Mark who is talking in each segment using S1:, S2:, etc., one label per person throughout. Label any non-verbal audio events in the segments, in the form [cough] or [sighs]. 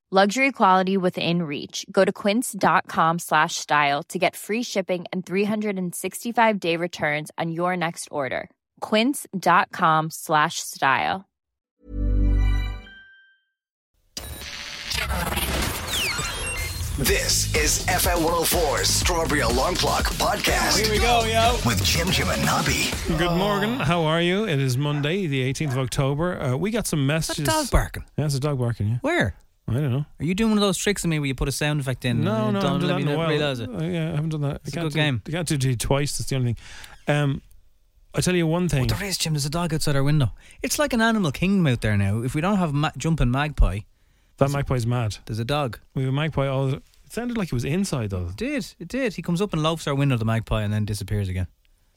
S1: Luxury quality within reach. Go to quince.com slash style to get free shipping and 365 day returns on your next order. Quince.com slash style.
S2: This is FM 104's Strawberry Alarm Clock Podcast
S3: Here we go, yo.
S2: with Jim Jim and Nobby.
S4: Good morning. How are you? It is Monday, the 18th of October. Uh, we got some
S3: What's
S4: messages.
S3: that dog barking?
S4: Yeah, it's a dog barking. Yeah,
S3: Where?
S4: I don't know.
S3: Are you doing one of those tricks on me where you put a sound effect in?
S4: No,
S3: and
S4: no, I haven't done
S3: don't let
S4: that
S3: me
S4: in a
S3: know-
S4: while.
S3: realise it.
S4: Uh, yeah, I haven't done that.
S3: It's a
S4: I can't
S3: good
S4: do,
S3: game.
S4: I can't do it twice. That's the only thing. Um, I tell you one thing.
S3: There is, Jim. There's a dog outside our window. It's like an animal kingdom out there now. If we don't have ma- jumping magpie,
S4: that magpie's mad.
S3: there's a dog.
S4: We have a magpie. All the- it sounded like it was inside though.
S3: It did. It did. He comes up and loafs our window, the magpie, and then disappears again.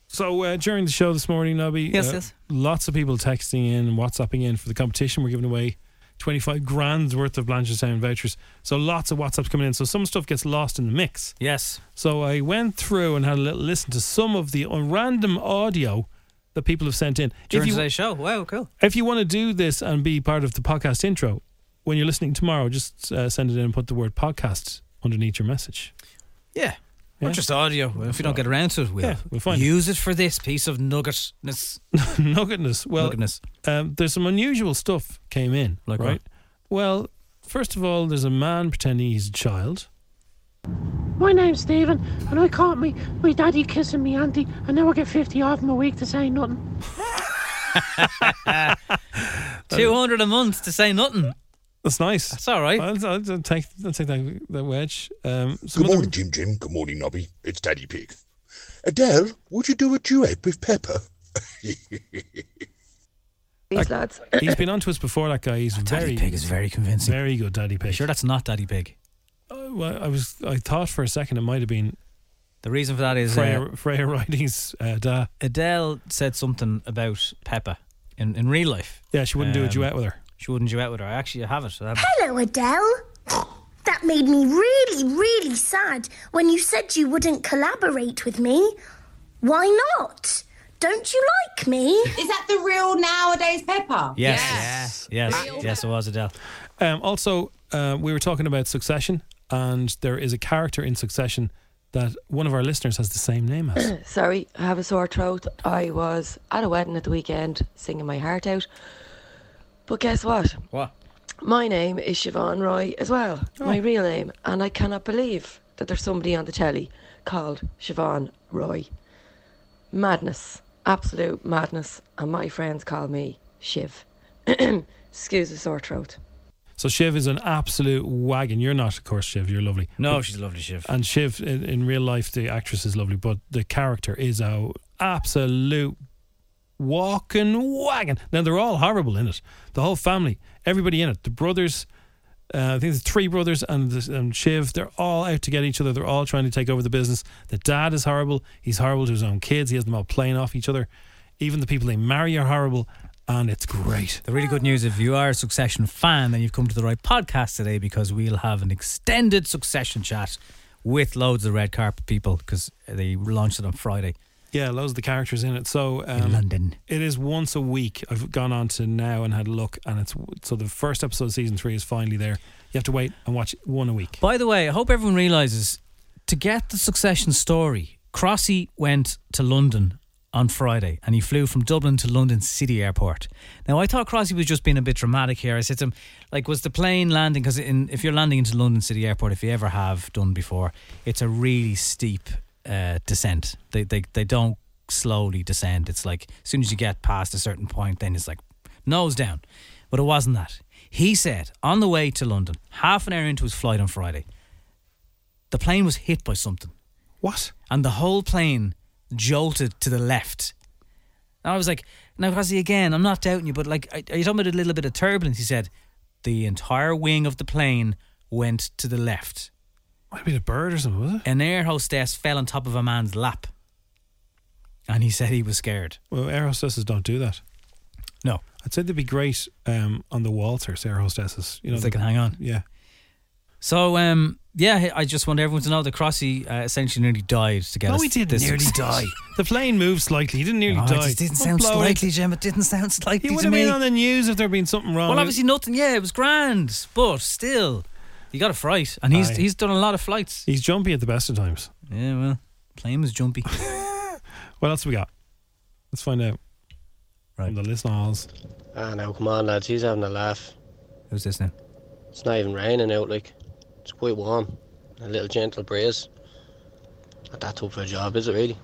S4: So uh, during the show this morning, Nobby, uh,
S3: Yes, yes.
S4: lots of people texting in, and WhatsApping in for the competition. We're giving away twenty five grand worth of Blanchardstown vouchers. So lots of WhatsApps coming in. So some stuff gets lost in the mix.
S3: Yes.
S4: So I went through and had a little listen to some of the uh, random audio that people have sent in. If
S3: During
S4: you,
S3: today's show. Wow, cool.
S4: if you want to do this and be part of the podcast intro, when you're listening tomorrow, just uh, send it in and put the word podcast underneath your message.
S3: Yeah.
S4: Yeah.
S3: Or just audio. Well, if we don't get around to it, we'll,
S4: Yeah, we'll find it.
S3: use it. for this piece
S4: [laughs]
S3: of nuggetness.
S4: no goodness. Well,
S3: Nuggetness.
S4: Um, there's some unusual stuff came in.
S3: Like
S4: right?
S3: what?
S4: Well, first of all, there's a man pretending he's a child.
S5: My name's Stephen, and I caught me my daddy kissing me auntie, and now I get 50 off him a week to say nothing.
S3: 200 a month to say nothing.
S4: That's nice.
S3: That's all right.
S4: I'll, I'll take, I'll take that, that wedge. Um, some
S6: Good
S4: other-
S6: morning, Jim Jim. Good morning, Nobby. It's Daddy Pig. [laughs] Adele, would you do a duet with Pepper?
S7: These lads.
S4: [coughs] He's been on to us before, that guy. He's very,
S3: Daddy Pig is very convincing.
S4: very good, Daddy Pig.
S3: Sure, that's not Daddy Pig.
S4: Uh, well, I was. I thought for a second it might have been
S3: The reason for that is uh,
S4: Freya, [laughs] Freya Riding's uh, da.
S3: Adele said something about Peppa in, in real life.
S4: Yeah, she wouldn't do a
S3: Um,
S4: duet with her.
S3: She wouldn't duet with her. I actually have it. I have it.
S8: Hello, Adele. That made me really, really sad when you said you wouldn't collaborate with me. Why not? Don't you like me?
S9: Is that the real nowadays Pepper?
S3: Yes. Yes. Yes. Yes, it was Adele.
S4: Um, also, uh, we were talking about Succession, and there is a character in Succession that one of our listeners has the same name as.
S7: [coughs] Sorry, I have a sore throat. I was at a wedding at the weekend singing my heart out. But guess what?
S3: What?
S7: My name is Siobhan Roy as well, my real name. And I cannot believe that there's somebody on the telly called Siobhan Roy. Madness. Absolute madness. And my friends call me Shiv. [coughs] Excuse the sore throat.
S4: So Shiv is an absolute wagon. You're not, of course, Shiv. You're lovely.
S3: No, she's a lovely Shiv.
S4: And Shiv, in, in real life, the actress is lovely, but the character is a absolute walking wagon. Now they're all horrible in it. The whole family, everybody in it, the brothers. Uh, I think there's three brothers and, the, and Shiv. They're all out to get each other. They're all trying to take over the business. The dad is horrible. He's horrible to his own kids. He has them all playing off each other. Even the people they marry are horrible, and it's great.
S3: The really good news if you are a Succession fan, then you've come to the right podcast today because we'll have an extended Succession chat with loads of red carpet people because they launched it on Friday
S4: Yeah, loads of the characters in it. So
S3: in
S4: um,
S3: London.
S4: It is once a week. I've gone on to now and had a look, and it's so the first episode of season three is finally there. You have to wait and watch one a week.
S3: By the way, I hope everyone realizes to get the Succession story, Crossy went to London on Friday and he flew from Dublin to London City Airport. Now, I thought Crossy was just being a bit dramatic here. I said to him, like, was the plane landing? Because if you're landing into London City Airport, if you ever have done before, it's a really steep uh, descent. They, they they don't slowly descend. It's like as soon as you get past a certain point, then it's like nose down. But it wasn't that. He said on the way to London, half an hour into his flight on Friday, the plane was hit by something.
S4: What?
S3: And the whole plane jolted to the left. And I was like, now, Rossi, again, I'm not doubting you, but like, are are you talking about a little bit of turbulence? He said, the entire wing of the plane went to the left.
S4: Maybe a bird or something, was it?
S3: An air hostess fell on top of a man's lap. And he said he was scared.
S4: Well, air hostesses don't do that.
S3: No.
S4: I'd say they'd be great um, on the waltzers, air hostesses. You know,
S3: If they
S4: the-
S3: can hang on.
S4: Yeah.
S3: So, um, yeah, I just want everyone to know that Crossy uh, essentially nearly died to get
S4: No,
S3: us
S4: he didn't
S3: this [laughs]
S4: nearly
S3: success.
S4: die. The plane moved slightly. He didn't nearly
S3: Oh, it
S4: die.
S3: just didn't
S4: Don't
S3: sound
S4: blow it.
S3: slightly, Jim. It didn't sound slightly
S4: He
S3: to
S4: would have
S3: me.
S4: been on the news if there had been something wrong.
S3: Well, obviously nothing. Yeah, it was grand, but still, you got a fright, and he's
S4: Aye.
S3: he's done a lot of flights.
S4: He's jumpy at the best of times.
S3: Yeah, well, plane was jumpy.
S4: [laughs] What else have we got? Let's find out.
S3: Right.
S4: From the listeners.
S10: Ah, now come on, lads. He's having a laugh.
S3: Who's this now?
S10: It's not even raining out, like. It's quite warm. A little gentle breeze. Not that tough for a job, is it really?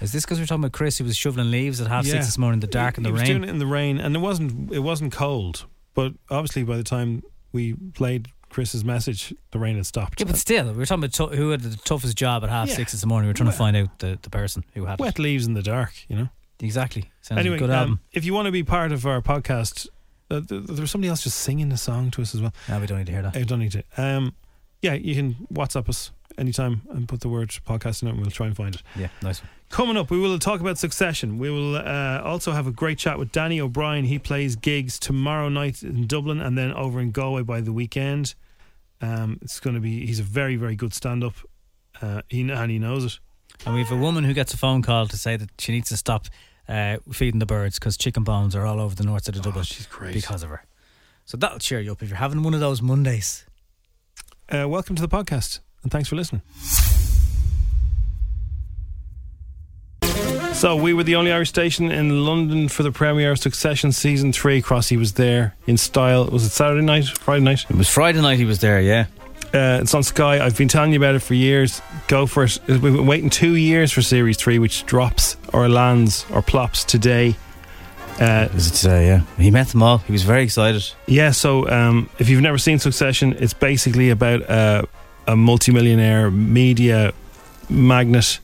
S3: Is this because we're talking about Chris who was shoveling leaves at half
S4: Yeah.
S3: six this morning in the dark and
S4: he
S3: the
S4: was
S3: rain?
S4: doing it in the rain, and it wasn't it wasn't cold. But obviously, by the time we played Chris's message, the rain had stopped.
S3: Yeah, but still, we were talking about tou- who had the toughest job at half
S4: Yeah.
S3: six this morning. We were trying to find out the, the person who had
S4: Wet leaves in the dark, you know.
S3: it. Exactly. Sounds like
S4: anyway,
S3: a good
S4: um,
S3: album.
S4: if you want to be part of our podcast, uh, th- th- there was somebody else just singing a song to us as well.
S3: No, we don't need to hear that.
S4: I don't need to. Um, yeah, you can WhatsApp us anytime and put the word podcast in it, and we'll try and find it.
S3: Yeah, nice. one.
S4: Coming up, we will talk about Succession. We will uh, also have a great chat with Danny O'Brien. He plays gigs tomorrow night in Dublin and then over in Galway by the weekend. Um, it's going to be. He's a very, very good stand-up. Uh, he kn- and he knows it.
S3: And we have a woman who gets a phone call to say that she needs to stop uh, feeding the birds because chicken bones are all over the north side of Dublin
S4: Oh, she's great.
S3: because of her. So that'll cheer you up if you're having one of those Mondays.
S4: Uh, welcome to the podcast and thanks for listening. So we were the only Irish station in London for the premiere of Succession season three. Crossy was there in style. Was it Saturday night? Friday night?
S3: It was Friday night he was there, yeah.
S4: Uh, it's on Sky. I've been telling you about it for years. Go for it. We've been waiting two years for Series 3, which drops or lands or plops today. Uh,
S3: Is it today, yeah. He met them all. He was very excited.
S4: yeah, so um, if you've never seen Succession, it's basically about uh, a multimillionaire media magnate,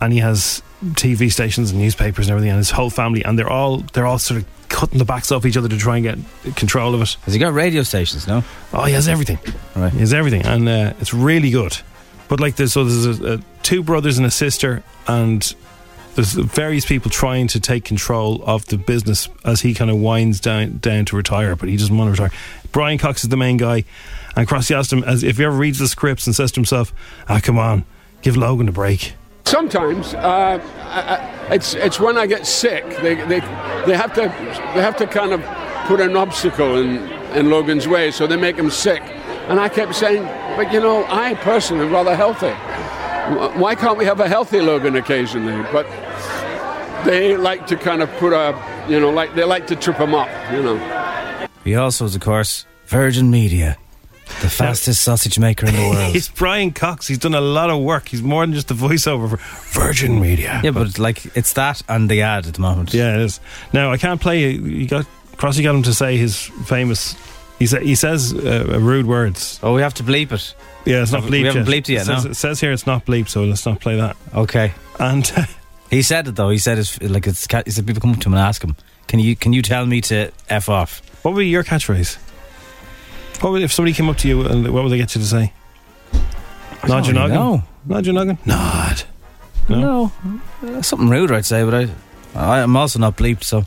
S4: and he has TV stations and newspapers and everything, and his whole family, and they're all they're all sort of cutting the backs off each other to try and get control of it.
S3: Has he got radio stations, no?
S4: Oh, he has everything.
S3: Right.
S4: He has everything, and uh, it's really good. But like, there's so there's a, a, two brothers and a sister, and there's various people trying to take control of the business as he kind of winds down down to retire, but he doesn't want to retire. Brian Cox is the main guy, and Crossy asked him as if he ever reads the scripts and says to himself, "Ah, come on, give Logan a break."
S11: Sometimes uh, I, I, it's it's when I get sick. They, they they have to they have to kind of put an obstacle in in Logan's way, so they make him sick. And I kept saying, but you know, I personally am rather healthy. Wh- Why can't we have a healthy Logan occasionally? But they like to kind of put a you know like they like to trip him up, you know.
S3: He also is, of course, Virgin Media, the fastest sausage maker in the
S4: [laughs]
S3: world.
S4: He's Brian Cox. He's done a lot of work. He's more than just the voiceover for Virgin Media.
S3: yeah, but like, it's that and the ad at the moment.
S4: Yeah, it is. Now I can't play. You got Crossy got him to say his famous. He sa- he says uh, rude words.
S3: Oh, we have to bleep it.
S4: Yeah, it's not bleeped.
S3: We haven't
S4: yet.
S3: bleeped it yet,
S4: It says,
S3: no.
S4: it says here it's not bleeped, so let's not play that.
S3: Okay.
S4: And [laughs]
S3: He said it though. He said it's like it's. ca- He said people come up to him and ask him, "Can you can you tell me to f off?"
S4: what would be your catchphrase? What would if somebody came up to you uh, and what would they get you to say? Nod your noggin.
S3: No,
S4: Nod your noggin. Nod.
S3: no, Uh, something rude, I'd say, but I, I am also not bleeped, so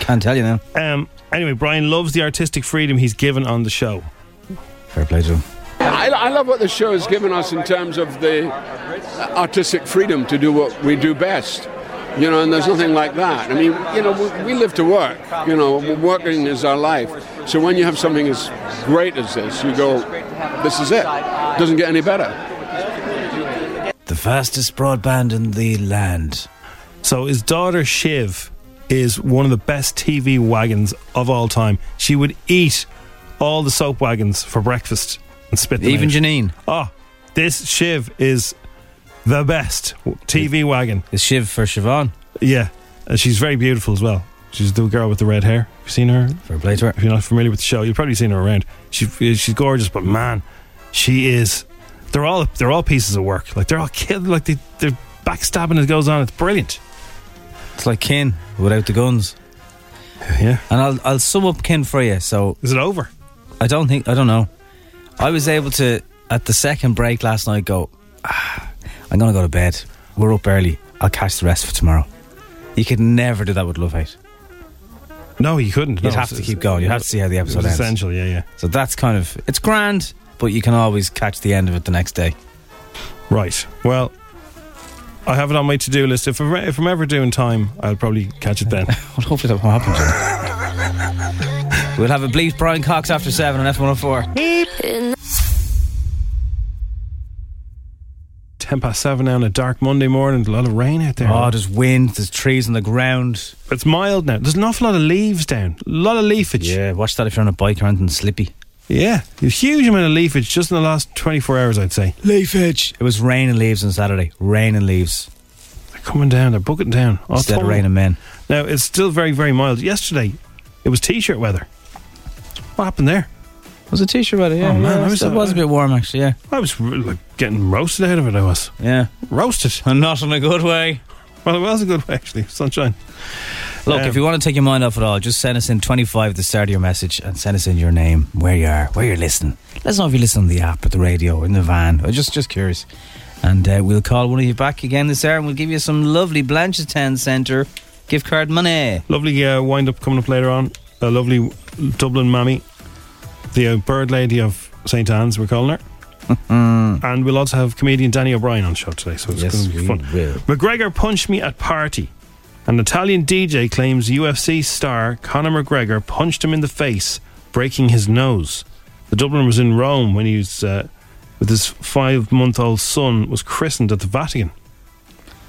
S3: can't tell you now.
S4: Um. Anyway, Brian loves the artistic freedom he's given on the show.
S3: Fair play to him.
S11: I, I love what the show has given us in terms of the artistic freedom to do what we do best. You know, and there's nothing like that. I mean, you know, we, we live to work. You know, working is our life. So when you have something as great as this, you go, this is it. Doesn't get any better.
S3: The fastest broadband in the land.
S4: So his daughter Shiv is one of the best TV wagons of all time. She would eat all the soap wagons for breakfast and spit them
S3: Even
S4: out.
S3: Janine.
S4: oh, this Shiv is the best w- TV wagon.
S3: Is Shiv for Siobhan?
S4: Yeah, and she's very beautiful as well. She's the girl with the red hair. Have you seen her?
S3: Fair play to her.
S4: If you're not familiar with the show, you've probably seen her around. She, she's gorgeous, but man, she is. They're all they're all pieces of work. Like they're all killed. Like they, they're backstabbing as it goes on. It's brilliant.
S3: It's like Ken without the guns.
S4: Yeah.
S3: And I'll I'll sum up Ken for you. So
S4: is it over?
S3: I don't think I don't know. I was able to at the second break last night go. Ah, I'm gonna go to bed. We're up early. I'll catch the rest for tomorrow. You could never do that with Love Hate.
S4: No, you couldn't.
S3: You'd
S4: No,
S3: have to
S4: it's-
S3: keep going. You'd have to see how the
S4: it
S3: episode
S4: was
S3: ends.
S4: essential, yeah, yeah.
S3: So that's kind of it's grand, but you can always catch the end of it the next day.
S4: Right. Well, I have it on my to do list. If I'm, if I'm ever doing time, I'll probably catch it then.
S3: [laughs] well, hopefully that won't happen.
S4: [laughs]
S3: We'll have a bleep Brian Cox after seven on F one hundred four.
S4: Ten past seven now on a dark Monday morning. A lot of rain out there.
S3: Oh, there's wind. There's trees on the ground.
S4: It's mild now. There's an awful lot of leaves down. A lot of leafage.
S3: Yeah, watch that if you're on a bike or anything slippy.
S4: Yeah, a huge amount of leafage just in the last 24 hours, I'd say.
S3: Leafage. It was rain and leaves on Saturday. Rain and leaves.
S4: They're coming down. They're bucketing down.
S3: Instead of
S4: Autumn.
S3: rain and men.
S4: Now it's still very, very mild. Yesterday, it was t-shirt weather. What happened there?
S3: Was it t-shirt weather? Yeah,
S4: oh, man,
S3: yeah,
S4: I was,
S3: it was a bit warm actually. Yeah,
S4: I was re- like, getting roasted out of it. I was.
S3: Yeah,
S4: roasted,
S3: and not in a good way.
S4: Well, it was a good way actually. Sunshine.
S3: Look,
S4: Um,
S3: if you want to take your mind off it all, just send us in 25 at the start of your message and send us in your name, where you are, where you're listening. Let us know if you listen on the app, at the radio, in the van. I'm just, just curious. And uh, we'll call one of you back again this hour and we'll give you some lovely Blanchestown Centre gift card money.
S4: Lovely uh, wind up coming up later on. A lovely Dublin mammy, the uh, bird lady of St Anne's, we're
S3: [laughs]
S4: calling her. and we'll also have comedian Danny O'Brien on the show today, so it's
S3: Yes,
S4: going to be
S3: we
S4: fun.
S3: will.
S4: McGregor punched me at party. An Italian DJ claims UFC star Conor McGregor punched him in the face, breaking his nose. The Dubliner was in Rome when he was uh, with his five-month-old son was christened at the Vatican.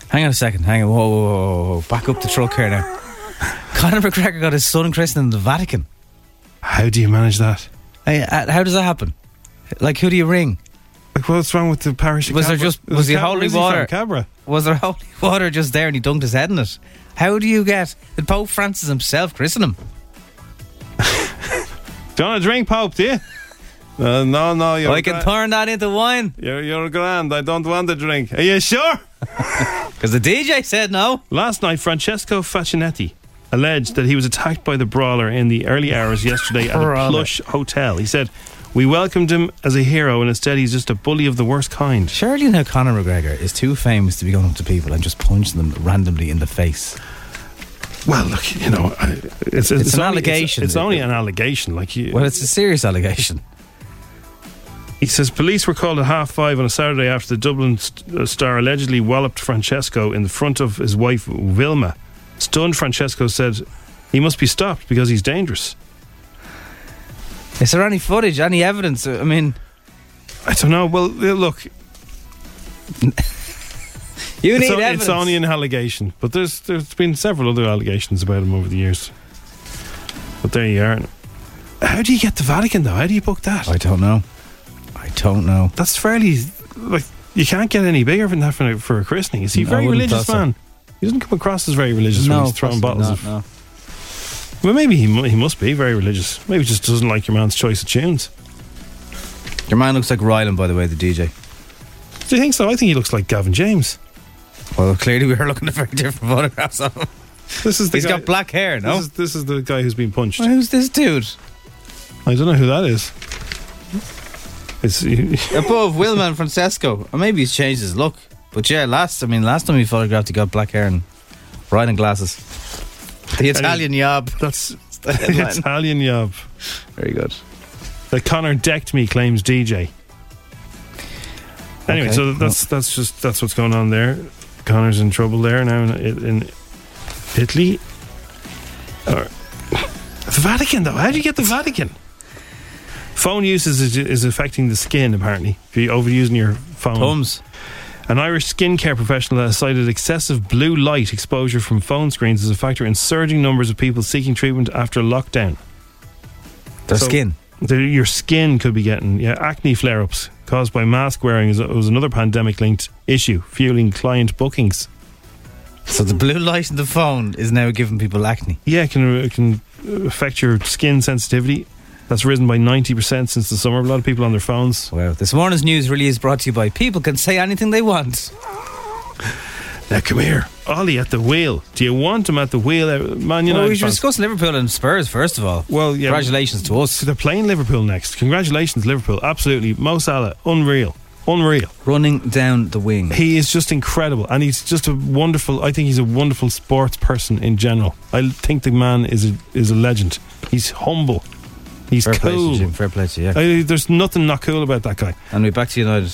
S3: Hang on a second. Hang on. Whoa, whoa, whoa, whoa, whoa. Back up the truck here now. [laughs] Conor McGregor got his son christened in the Vatican.
S4: How do you manage that?
S3: Hey, uh, how does that happen? Like, who do you ring?
S4: Like, what's wrong with the parish? of
S3: Was there
S4: Cabra?
S3: just
S4: Is
S3: was
S4: it
S3: the
S4: Cabra?
S3: holy
S4: Is he from
S3: water?
S4: Cabra?
S3: Was there [laughs] holy water just there and he dunked his head in it? How do you get did Pope Francis himself christen him?
S4: Do you want a drink, Pope? Do you? Uh, no, no. You're
S3: I can turn that into wine.
S4: You're, you're grand. I don't want a drink. Are you
S3: [laughs]
S4: sure?
S3: Because the DJ said no.
S4: Last night, Francesco Faccinetti alleged that he was attacked by the brawler in the early hours yesterday at a
S3: Brawler.
S4: plush hotel. He said, "We welcomed him as a hero, and instead he's just a bully of the worst kind."
S3: Surely now Conor McGregor is too famous to be going up to people and just punching them randomly in the face.
S4: Well, look, you know, I- it's, it's,
S3: It's an
S4: only-
S3: allegation.
S4: It's, it's only an allegation. Like you,
S3: Well, it's a serious allegation.
S4: He says police were called at half five on a Saturday after the Dublin st- uh, star allegedly walloped Francesco in the front of his wife Wilma. Stunned, Francesco said he must be stopped because he's dangerous.
S3: Is there any footage, any evidence? I mean,
S4: I don't know. Well, uh, look,
S3: you
S4: it's,
S3: need
S4: only,
S3: evidence.
S4: it's only an allegation, but there's there's been several other allegations about him over the years. But there you are. How do you get the Vatican though? How do you book that?
S3: I don't know. I don't know.
S4: That's fairly like you can't get any bigger than that for, a- for a christening. Is he a
S3: I
S4: very
S3: wouldn't
S4: religious
S3: thought so.
S4: man? He doesn't come across as very religious when he's throwing
S3: possibly
S4: bottles
S3: not,
S4: of
S3: no.
S4: Well, maybe he, mu- he must be very religious. Maybe he just doesn't like your man's choice of tunes.
S3: Your man looks like Ryland, by the way, the DJ.
S4: Do you think so? I think he looks like Gavin James.
S3: Well, clearly we were looking at very different photographs of him.
S4: This is the
S3: He's
S4: guy-
S3: got black hair, no?
S4: This is, this is the guy who's been punched.
S3: Well, who's this dude?
S4: I don't know who that is. It's [laughs]
S3: Above Willman Francesco. Or maybe he's changed his look. But yeah, last I mean last time he photographed he got black hair and riding glasses. The Italian yob.
S4: [laughs]
S3: [laughs]
S4: That's
S3: the headline.
S4: Italian yob.
S3: Very good.
S4: That Connor decked me claims DJ. Anyway,
S3: Okay,
S4: so that's that's just that's what's going on there. Connor's in trouble there now in, in Italy. Or, the Vatican, though. How do you get the Vatican? Phone use is, is affecting the skin, apparently. If you're overusing your phone.
S3: Thumbs.
S4: An Irish skincare professional has cited excessive blue light exposure from phone screens as a factor in surging numbers of people seeking treatment after lockdown.
S3: Their
S4: So-
S3: skin.
S4: The, your skin could be getting yeah acne flare ups caused by mask wearing is, was another pandemic linked issue, fueling client bookings.
S3: So the blue light in the phone is now giving people acne.
S4: Yeah, it can, uh, it can affect your skin sensitivity. That's risen by 90% since the summer. A lot of people on their phones.
S3: Wow, this morning's news really is brought to you by people can say anything they want.
S4: Now come here, Ollie at the wheel. Do you want him at the wheel, uh, Man United?
S3: well, we should
S4: fans?
S3: discuss Liverpool and Spurs first of all.
S4: Well, yeah.
S3: Congratulations to us.
S4: They're playing Liverpool next. Congratulations, Liverpool. Absolutely. Mo Salah, unreal. Unreal.
S3: Running down the wing.
S4: He is just incredible. And he's just a wonderful, I think he's a wonderful sports person in general. I think the man is a, is a legend. He's humble. He's
S3: Fair play
S4: cool.
S3: to Jim. Fair play to you. Yeah.
S4: I, there's nothing not cool about that guy.
S3: And we're back to United.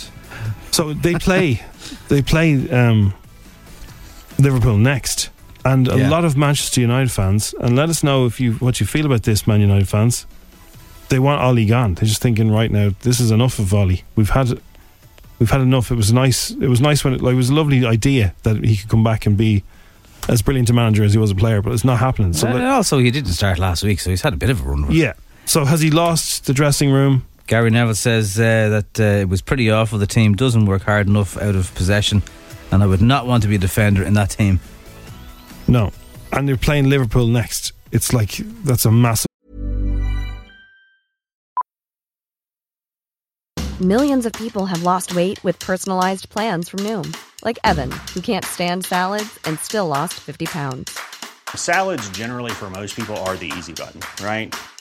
S4: So they play, they play um, Liverpool next, and a
S3: Yeah.
S4: lot of Manchester United fans. And let us know if you what you feel about this, Man United fans. They want Ollie gone. They're just thinking right now, this is enough of Ollie. We've had, we've had enough. It was nice. It was nice when it, like, it was a lovely idea that he could come back and be as brilliant a manager as he was a player. But it's not happening. So
S3: and
S4: let-
S3: also, he didn't start last week, so he's had a bit of a run. with it.
S4: yeah. So has he lost the dressing room?
S3: Gary Neville says uh, that uh, it was pretty awful. The team doesn't work hard enough out of possession, and I would not want to be a defender in that team.
S4: No. And they're playing Liverpool next. It's like that's a massive.
S12: Millions of people have lost weight with personalized plans from Noom, like Evan, who can't stand salads and still lost 50 pounds.
S13: Salads, generally, for most people, are the easy button, right?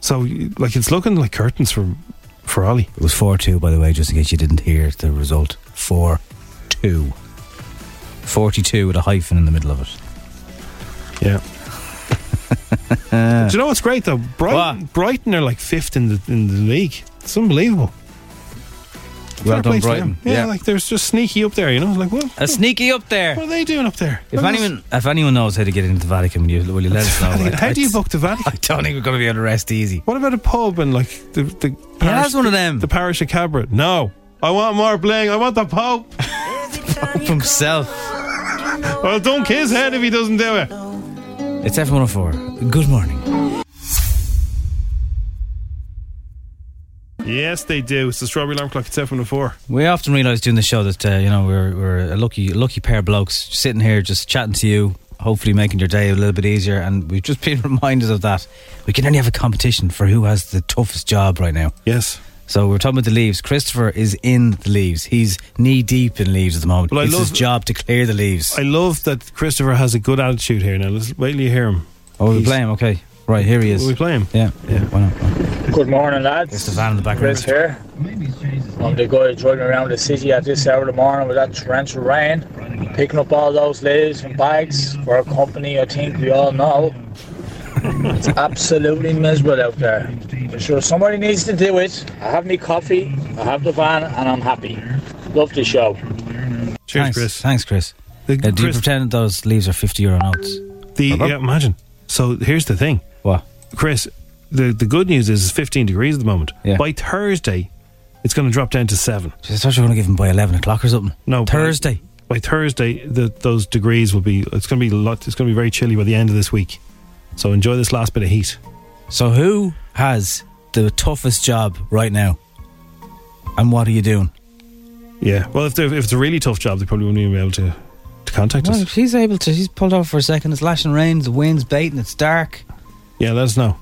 S4: So like it's looking like curtains for for Ollie.
S3: It was 4 2, by the way, just in case you didn't hear the result. 4 2. 42 with a hyphen in the middle of it.
S4: Yeah.
S3: Uh,
S4: Do you know what's great though? Brighton, Brighton are like fifth in the in the league. It's unbelievable.
S3: Well
S4: Fair
S3: done,
S4: play to
S3: Brighton.
S4: them. Yeah,
S3: Yeah.
S4: like they're just sneaky up there. You know, like what?
S3: A sneaky up there.
S4: What are they doing up there?
S3: If
S4: What is-
S3: anyone, if anyone knows how to get into the Vatican, will you, will you let us know?
S4: Vatican.
S3: I-
S4: How do you
S3: I-
S4: book the Vatican?
S3: I don't think we're going to be able to rest easy.
S4: What about a pub and like the the parish,
S3: has one of them.
S4: The parish of Cabra. No, I want more bling. I want the
S3: [laughs]
S4: Pope.
S3: himself.
S4: Well, dunk his head if he doesn't do it.
S3: It's F104. Good morning.
S4: Yes, they do. It's the strawberry alarm clock. It's seven and four.
S3: We often realise during the show that uh, you know we're we're a lucky lucky pair of blokes sitting here just chatting to you, hopefully making your day a little bit easier. And we've just been [laughs] reminded of that. We can only have a competition for who has the toughest job right now.
S4: Yes.
S3: So we're talking about the leaves. Christopher is in the leaves. He's knee deep in leaves at the moment.
S4: Well, I
S3: it's his
S4: love-
S3: job to clear the leaves.
S4: I love that Christopher has a good attitude here. Now, let's wait till you hear him.
S3: Oh, we
S4: He's-
S3: play him. Okay, right here he is.
S4: We play him.
S3: Yeah, yeah. Why not?
S14: Good morning, lads. It's
S3: the van in the background.
S14: Chris here. I'm the guy driving around the city at this hour of the morning with that torrential rain, picking up all those leaves and bags for a company I think we all know. it's absolutely miserable out there. I'm sure somebody needs to do it. I have my coffee, I have the van, and I'm happy. Love the show.
S4: Cheers,
S3: Thanks.
S4: Chris.
S3: Thanks, Chris. Uh, do you
S4: Chris-
S3: pretend those leaves are fifty euro notes?
S4: The yeah, imagine. So here's the thing.
S3: What,
S4: Chris? The the good news is it's 15 degrees at the moment.
S3: Yeah.
S4: By Thursday, it's going to drop down to seven.
S3: I thought you were going to give him by eleven o'clock or something.
S4: No,
S3: Thursday.
S4: by Thursday, the, those degrees will be. It's going to be a lot. It's going to be very chilly by the end of this week. So enjoy this last bit of heat.
S3: So who has the toughest job right now? And what are you doing?
S4: Yeah. Well, if, they're- if it's a really tough job, they probably wouldn't even be able to, to contact
S3: Well,
S4: us.
S3: if she's able to, she's pulled off for a second. It's lashing rain, the wind's baiting, it's dark.
S4: Yeah, let us know.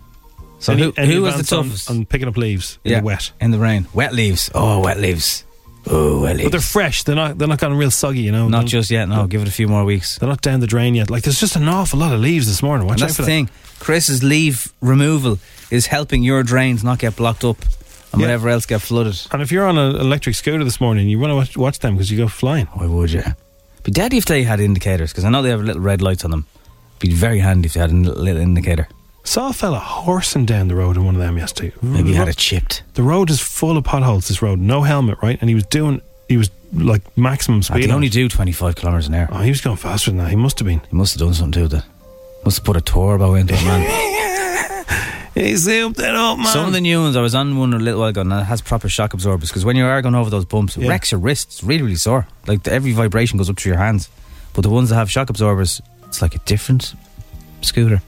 S3: So
S4: Any-
S3: who,
S4: any
S3: who was the
S4: advance on-
S3: toughest?
S4: On, picking up leaves in the wet.
S3: in the rain, wet leaves. Oh, wet leaves. Oh, wet leaves.
S4: But they're fresh. They're not. They're not gotten real soggy. You know.
S3: Not
S4: They're-
S3: just yet. No, give it a few more weeks.
S4: They're not down the drain yet. Like there's just an awful lot of leaves this morning. Watch
S3: And
S4: out
S3: that's
S4: for
S3: the
S4: that.
S3: thing. Chris's leaf removal is helping your drains not get blocked up and
S4: Yeah.
S3: whatever else get flooded.
S4: And if you're on an electric scooter this morning, you want to watch, watch them because you go flying.
S3: Why would you? Be deadly if they had indicators because I know they have little red lights on them. Be very handy if they had a little little indicator.
S4: Saw a fella horsing down the road in one of them yesterday. Maybe
S3: he had it chipped.
S4: The road is full of potholes. This road, no helmet, right? And he was doing. He was like maximum
S3: I
S4: speed.
S3: can
S4: on
S3: only
S4: it.
S3: do 25 kilometres an hour.
S4: Oh, he was going faster than that. He must have been.
S3: He must have done something to that. Must have put a turbo into it,
S4: [laughs]
S3: man.
S4: He zipped it up, man.
S3: Some of the new ones, I was on one a little while ago and it has proper shock absorbers because when you are going over those bumps, it
S4: Yeah.
S3: wrecks your wrists. It's really, really sore. Like the, every vibration goes up through your hands. But the ones that have shock absorbers, it's like a different scooter.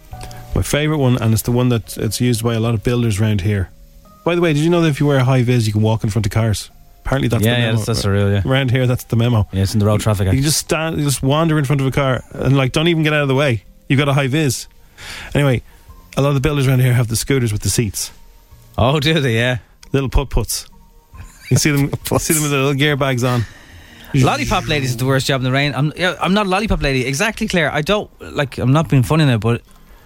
S4: My favourite one, and it's the one that it's used by a lot of builders around here. By the way, did you know that if you wear a high vis, you can walk in front of cars? Apparently, that's
S3: yeah,
S4: the
S3: yeah,
S4: memo.
S3: that's, that's surreal, yeah.
S4: Around here, that's the memo.
S3: Yeah, it's in the Road Traffic
S4: You
S3: Act.
S4: can just stand, you just wander in front of a car, and like don't even get out of the way. You've got a high vis. Anyway, a lot of the builders around here have the scooters with the seats.
S3: Oh, do they? Yeah,
S4: little putt putts. You see
S3: [laughs]
S4: them, see them with the little gear bags on.
S3: Lollipop ladies is the worst job in the rain. I'm, yeah, I'm not a lollipop lady. Exactly, Claire. I don't like. I'm not being funny now, but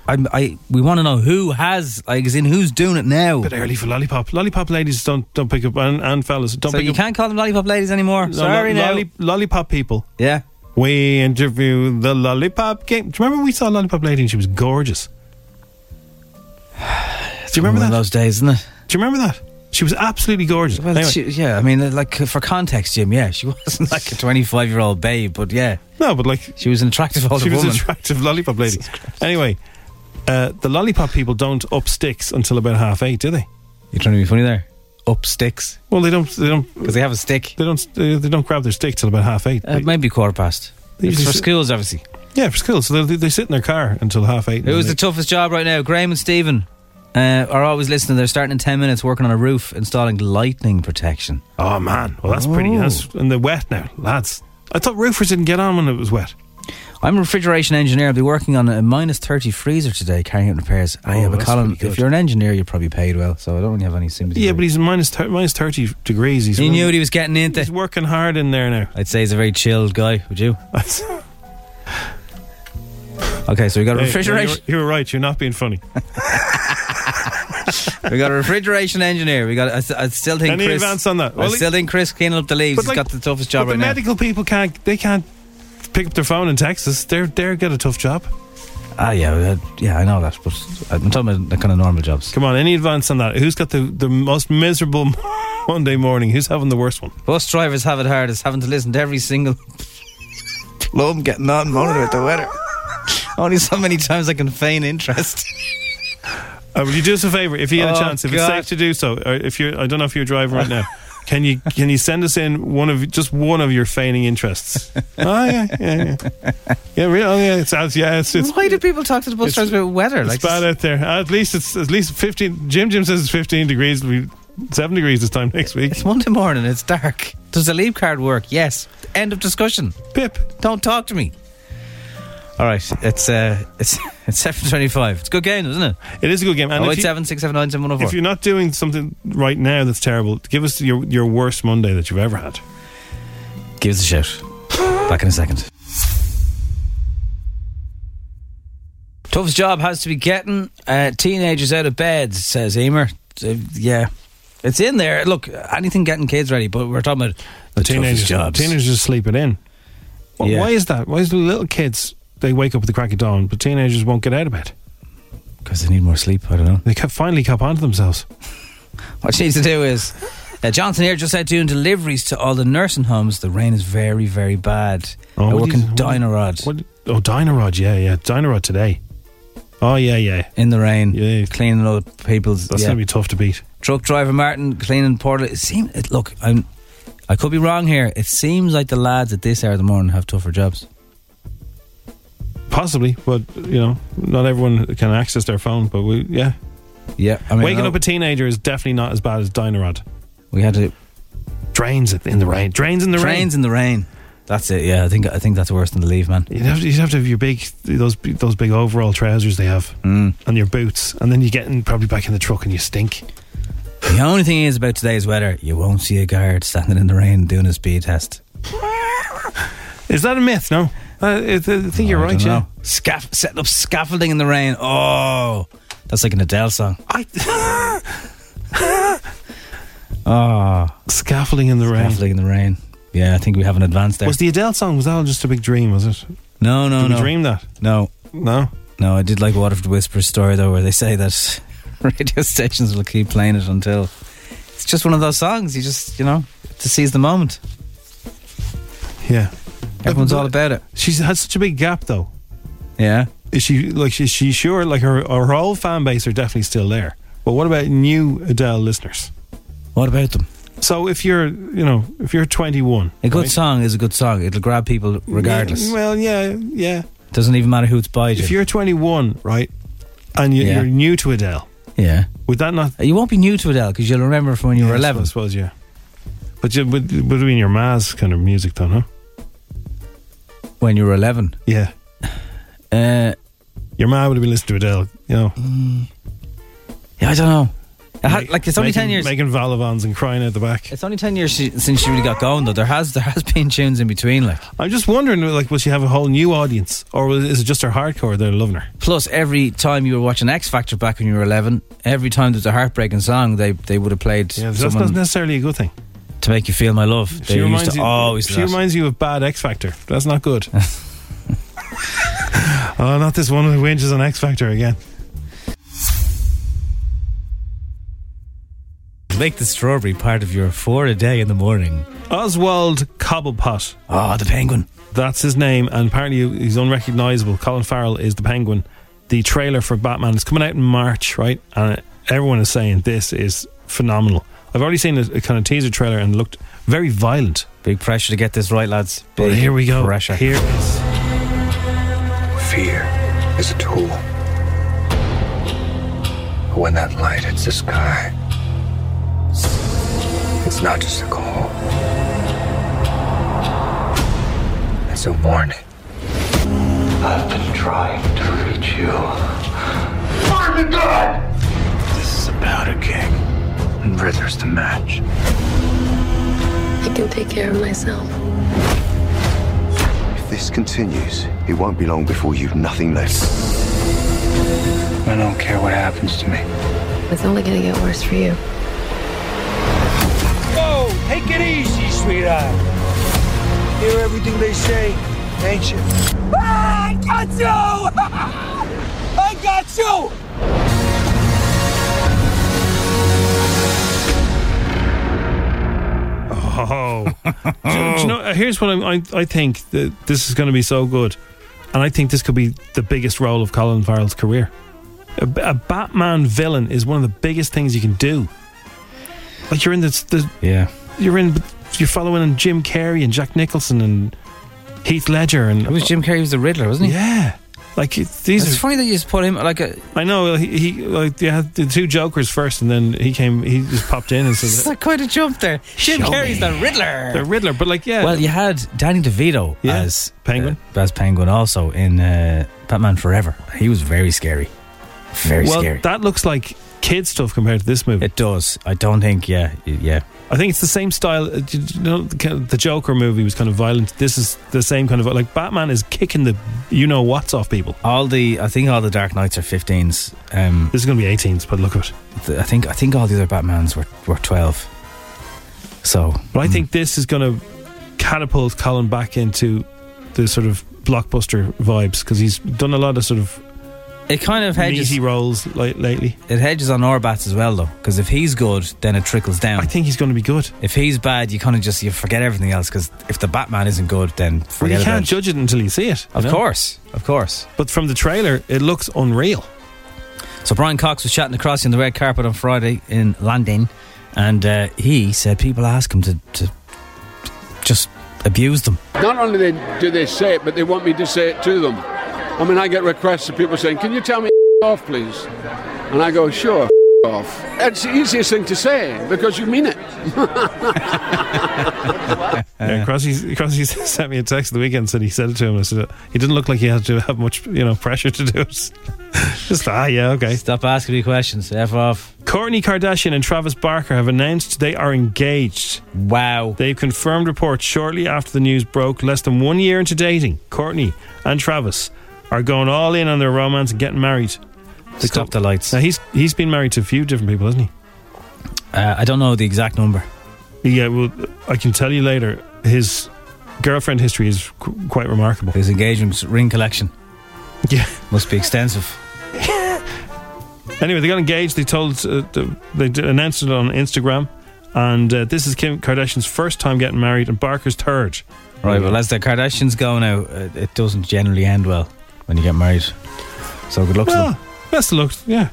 S3: I'm, I we want to know who has like is in who's doing it now.
S4: Bit early for lollipop. Lollipop ladies don't don't pick up and, and fellas don't
S3: so
S4: pick
S3: you
S4: up.
S3: can't call them lollipop ladies anymore.
S4: No,
S3: Sorry
S4: lo-
S3: now.
S4: lolli- lollipop people.
S3: Yeah.
S4: We interviewed the lollipop game. Do you remember we saw lollipop lady and she was gorgeous? [sighs] Do you remember
S3: one
S4: that?
S3: of those days, isn't it?
S4: Do you remember that? She was absolutely gorgeous.
S3: Well,
S4: Anyway.
S3: she, yeah. I mean, like for context, Jim. Yeah, she wasn't like a 25 year old babe, but yeah,
S4: No, but like
S3: [laughs] she was an attractive older
S4: she was
S3: woman.
S4: an attractive lollipop lady. Anyway, uh, the lollipop people don't up sticks until about half eight, do they?
S3: You're trying to be funny there. Up sticks
S4: Well, they don't. They don't.
S3: because they have a stick.
S4: They don't. They they don't grab their stick till about half eight.
S3: Uh,
S4: They-
S3: maybe quarter past.
S4: They
S3: It's
S4: usually
S3: for
S4: sit-
S3: schools, obviously.
S4: yeah, for school. So they, they sit in their car until half eight.
S3: Who's the toughest job right now? Graham and Stephen uh, are always listening. They're starting in 10 minutes working on a roof, installing lightning protection.
S4: oh man, well that's pretty.
S3: Oh.
S4: That's and they're wet now, lads. I thought roofers didn't get on when it was wet.
S3: I'm a refrigeration engineer. I'll be working on a minus 30 freezer today, carrying out repairs. I
S4: Oh,
S3: have a
S4: that's
S3: column.
S4: pretty good.
S3: If you're an engineer, you're probably paid well, so I don't really have any sympathy.
S4: Yeah,
S3: for
S4: but he's minus thir- minus thirty degrees. He's
S3: you. he knew what he was getting into.
S4: he's working hard in there now.
S3: I'd say he's a very chilled guy,
S4: [laughs]
S3: would you? Okay, so we got a
S4: Hey,
S3: refrigeration.
S4: You were, you were right. You're not being funny.
S3: [laughs] we got a refrigeration engineer. We got. I, s- I still think
S4: Any
S3: Chris.
S4: advance on that? Well,
S3: I still think Chris cleaning up the leaves.
S4: but
S3: He's
S4: like-
S3: got the toughest job
S4: but
S3: right
S4: the
S3: now.
S4: medical people can't. They can't pick up their phone in Texas. They're they're got a tough job.
S3: Ah, yeah, uh, yeah, I know that, but I'm talking about the kind of normal jobs.
S4: Come on, any advance on that? Who's got the the most miserable [laughs] Monday morning? Who's having the worst one?
S3: Bus drivers have it hard as having to listen to every single [laughs] plum getting on moaning about the weather. Only so many times I can
S4: [laughs]
S3: feign interest.
S4: Uh, would you do us a favour if you get a
S3: Oh,
S4: chance? If it's
S3: God.
S4: safe to do so, or if you're, I don't know if you're driving right now. Can you can you send us in one of just one of your feigning
S3: [laughs]
S4: interests? oh yeah, yeah, yeah, yeah. Really, oh, yeah, it's, it's yeah, it's, it's,
S3: Why do people talk to the [laughs] bus
S4: It's-
S3: drivers about weather?
S4: it's bad out there. At least it's at least fifteen. Jim Jim says it's fifteen degrees. It'll be seven degrees this time next week.
S3: it's Monday morning, it's dark. Does the leave card work? Yes. End of discussion.
S4: Pip.
S3: Don't talk to me. All right, it's uh, it's [laughs] it's seven twenty-five. It's a good game, isn't it?
S4: It is a good game. And
S3: Oh
S4: if
S3: eight
S4: you-
S3: seven six seven nine seven one zero
S4: if
S3: four.
S4: you're not doing something right now that's terrible, give us your your worst Monday that you've ever had.
S3: Give us a shout. Back in a second. Toughest job has to be getting uh, teenagers out of bed, says Emer. Uh, yeah, it's in there. Look, anything getting kids ready, but we're talking about the,
S4: teenagers,
S3: toughest jobs.
S4: Teenagers just sleep it in. Wh-
S3: Yeah.
S4: Why is that? Why is the little kids they wake up at the crack of dawn, but teenagers won't get out of bed?
S3: Because they need more sleep. I don't know.
S4: They kept, finally cop onto themselves.
S3: What she needs to do is. Uh, Johnson here just out doing deliveries to all the nursing homes. The rain is very, very bad.
S4: Oh,
S3: They're
S4: what
S3: working
S4: is- what-
S3: Dynarod
S4: What? Oh, Dynarod, yeah, yeah, Dynarod today. Oh yeah, yeah,
S3: in the rain,
S4: yeah.
S3: cleaning up people's.
S4: That's
S3: yeah.
S4: gonna be tough to beat.
S3: Truck driver Martin cleaning Portland. It seemed it, look. I'm I could be wrong here. It seems like the lads at this hour of the morning have tougher jobs.
S4: Possibly, but you know, not everyone can access their phone. But we, yeah,
S3: yeah. I mean,
S4: waking
S3: I-
S4: up a teenager is definitely not as bad as Dynarod.
S3: We had to
S4: drains it in the rain. Drains in the rain.
S3: Drains in the rain. That's it. Yeah, I think I think that's worse than the leave, man.
S4: You'd have, to, you'd have to have your big those those big overall trousers they have, and your boots, and then you get in, probably back in the truck and you stink.
S3: The only thing is about today's weather, you won't see a guard standing in the rain doing a speed test.
S4: Is that a myth? No, uh, I I think you're right. Yeah,
S3: Scaff- setting up scaffolding in the rain. Oh, that's like an Adele song.
S4: I. [laughs]
S3: oh,
S4: scaffolding in the rain.
S3: Scaffolding in the rain. Yeah, I think we have an advance there.
S4: was the Adele song was that all just a big dream? Was it?
S3: no, no,
S4: Did
S3: no.
S4: we dream that?
S3: No,
S4: no,
S3: no. I did like Waterford Whispers story though, where they say that [laughs] radio stations will keep playing it until it's just one of those songs. You just, you know, to seize the moment.
S4: Yeah,
S3: everyone's all about it.
S4: She's had such a big gap though.
S3: Yeah,
S4: is she like is she sure like her her whole fan base are definitely still there? But what about new Adele listeners?
S3: What about them?
S4: So if you're you know if you're 21,
S3: A good song is a good song. It'll grab people regardless.
S4: Yeah, well, yeah, yeah.
S3: Doesn't even matter who it's by.
S4: If
S3: Jim.
S4: you're 21, right, and you,
S3: Yeah.
S4: you're new to Adele,
S3: yeah,
S4: would that not?
S3: You won't be new to Adele because you'll remember from when you were
S4: I
S3: 11.
S4: suppose, yeah. But you, but, but I mean, your ma's kind of music, though, huh?
S3: When you were 11,
S4: yeah.
S3: [sighs] Uh, Mm,
S4: your ma would have been listening to Adele, you know.
S3: Yeah, I don't know. I had- like, it's only
S4: making,
S3: 10 years.
S4: making Valavans and crying out the back.
S3: It's only 10 years she, since she really got going, though. There has there has been tunes in between, like.
S4: I'm just wondering, like, will she have a whole new audience, or will- is it just her hardcore they're loving her?
S3: Plus, every time you were watching X Factor back when you were 11, every time there was a heartbreaking song, they, they would have played
S4: Yeah, that's
S3: someone
S4: not necessarily a good thing.
S3: to make you feel my love. They used to always
S4: she
S3: do that.
S4: reminds you of bad X Factor. That's not
S3: [laughs]
S4: good. oh, not this one who whinges on X Factor again.
S3: Make the strawberry part of your four a day in the morning.
S4: Oswald Cobblepot.
S3: Ah, the penguin.
S4: That's his name, and apparently he's unrecognizable. Colin Farrell is the penguin. The trailer for Batman is coming out in March, right? And everyone is saying this is phenomenal. I've already seen a, a kind of teaser trailer and looked very violent.
S3: Big pressure to get this right, lads. Big
S4: but here we go.
S3: pressure.
S4: Here is
S6: Fear is a tool. But when that light hits the sky, it's not just a call, it's a warning. I've been trying to reach you. Find the God! This is about a king, and Rither's the match.
S8: I can take care of myself.
S6: If this continues, it won't be long before you've nothing left. I don't care what happens to me.
S8: It's only gonna get worse for you.
S15: Whoa, take it easy, sweetheart. Hear everything they say, ain't you? I got you! [laughs] I got you!
S4: Oh, [laughs] Do- do you know, here's what I'm, I I think that this is going to be so good, and I think this could be the biggest role of Colin Farrell's career. A, a Batman villain is one of the biggest things you can do. Like you're in this, the
S3: yeah,
S4: you're in you're following in Jim Carrey and Jack Nicholson and Heath Ledger and
S3: It was Jim Carrey was the Riddler, wasn't he?
S4: Yeah. Like it- these
S3: It's
S4: are
S3: funny that you just put him like a.
S4: I know he, he like they had the two Jokers first, and then he came. He just popped in and
S3: [laughs] It's
S4: said,
S3: like quite a jump there. Jim
S4: Show
S3: Carrey's
S4: me.
S3: the Riddler.
S4: "The Riddler." But like, yeah,
S3: Well, you had Danny DeVito as Penguin, as Penguin also in uh, Batman Forever. He was very scary, very
S4: well,
S3: scary.
S4: that looks like kid stuff compared to this movie.
S3: It does. I don't think. Yeah, y- yeah.
S4: I think it's the same style. uh, d- d- You know, the kind of- the Joker movie was kind of violent. This is the same kind of like Batman is kicking the you know what's off people.
S3: All the I think all the Dark Knights are 15s. Um,
S4: this is going to be 18s, but look at
S3: it. I think I think all the other Batmans were were 12. So,
S4: But I think this is going to catapult Colin back into the sort of blockbuster vibes because he's done a lot of sort of
S3: it kind of hedges.
S4: meaty roles li- lately.
S3: It hedges on Orbats as well, though, because if he's good, then it trickles down. I
S4: think he's going to be good.
S3: If he's bad, you kind of just you forget everything else. Because if the Batman isn't good, then
S4: Well, you
S3: forget about
S4: can't
S3: it.
S4: judge it until you see it. you
S3: Of
S4: know?
S3: course, of course.
S4: But from the trailer, it looks unreal.
S3: So Brian Cox was chatting across on the red carpet on Friday in London, and uh, he said people ask him to, to just abuse them.
S11: Not only they, do they say it, but they want me to say it to them. I mean, I get requests of people saying, "Can you tell me [laughs] off, please?" And I go, "Sure, [laughs] off." That's the easiest thing to say because you mean it. [laughs]
S3: Uh,
S16: Yeah, Crossy, [laughs] Crossy sent me a text the weekend said he said it to him. I said uh, he didn't look like he had to have much you know pressure to do it. [laughs] Just ah yeah okay.
S3: Stop asking me questions. F off.
S16: Kourtney Kardashian and Travis Barker have announced they are engaged.
S3: Wow.
S16: They've confirmed reports shortly after the news broke. Less than one year into dating, Courtney and Travis are going all in on their romance and getting married.
S3: Stop the lights.
S16: Now he's he's been married to a few different people, hasn't he?
S3: Uh, I don't know the exact number.
S16: Yeah, well, I can tell you later. His girlfriend history is qu- quite remarkable.
S3: His engagements ring collection.
S16: Yeah,
S3: must be extensive.
S16: Anyway, they got engaged. They told uh, the- they did, announced it on Instagram, and uh, this is Kim Kardashian's first time getting married, and Barker's third.
S3: Right, well, as the Kardashians go now, uh, it doesn't generally end well when you get married. So good luck to them.
S16: Best of luck, yeah.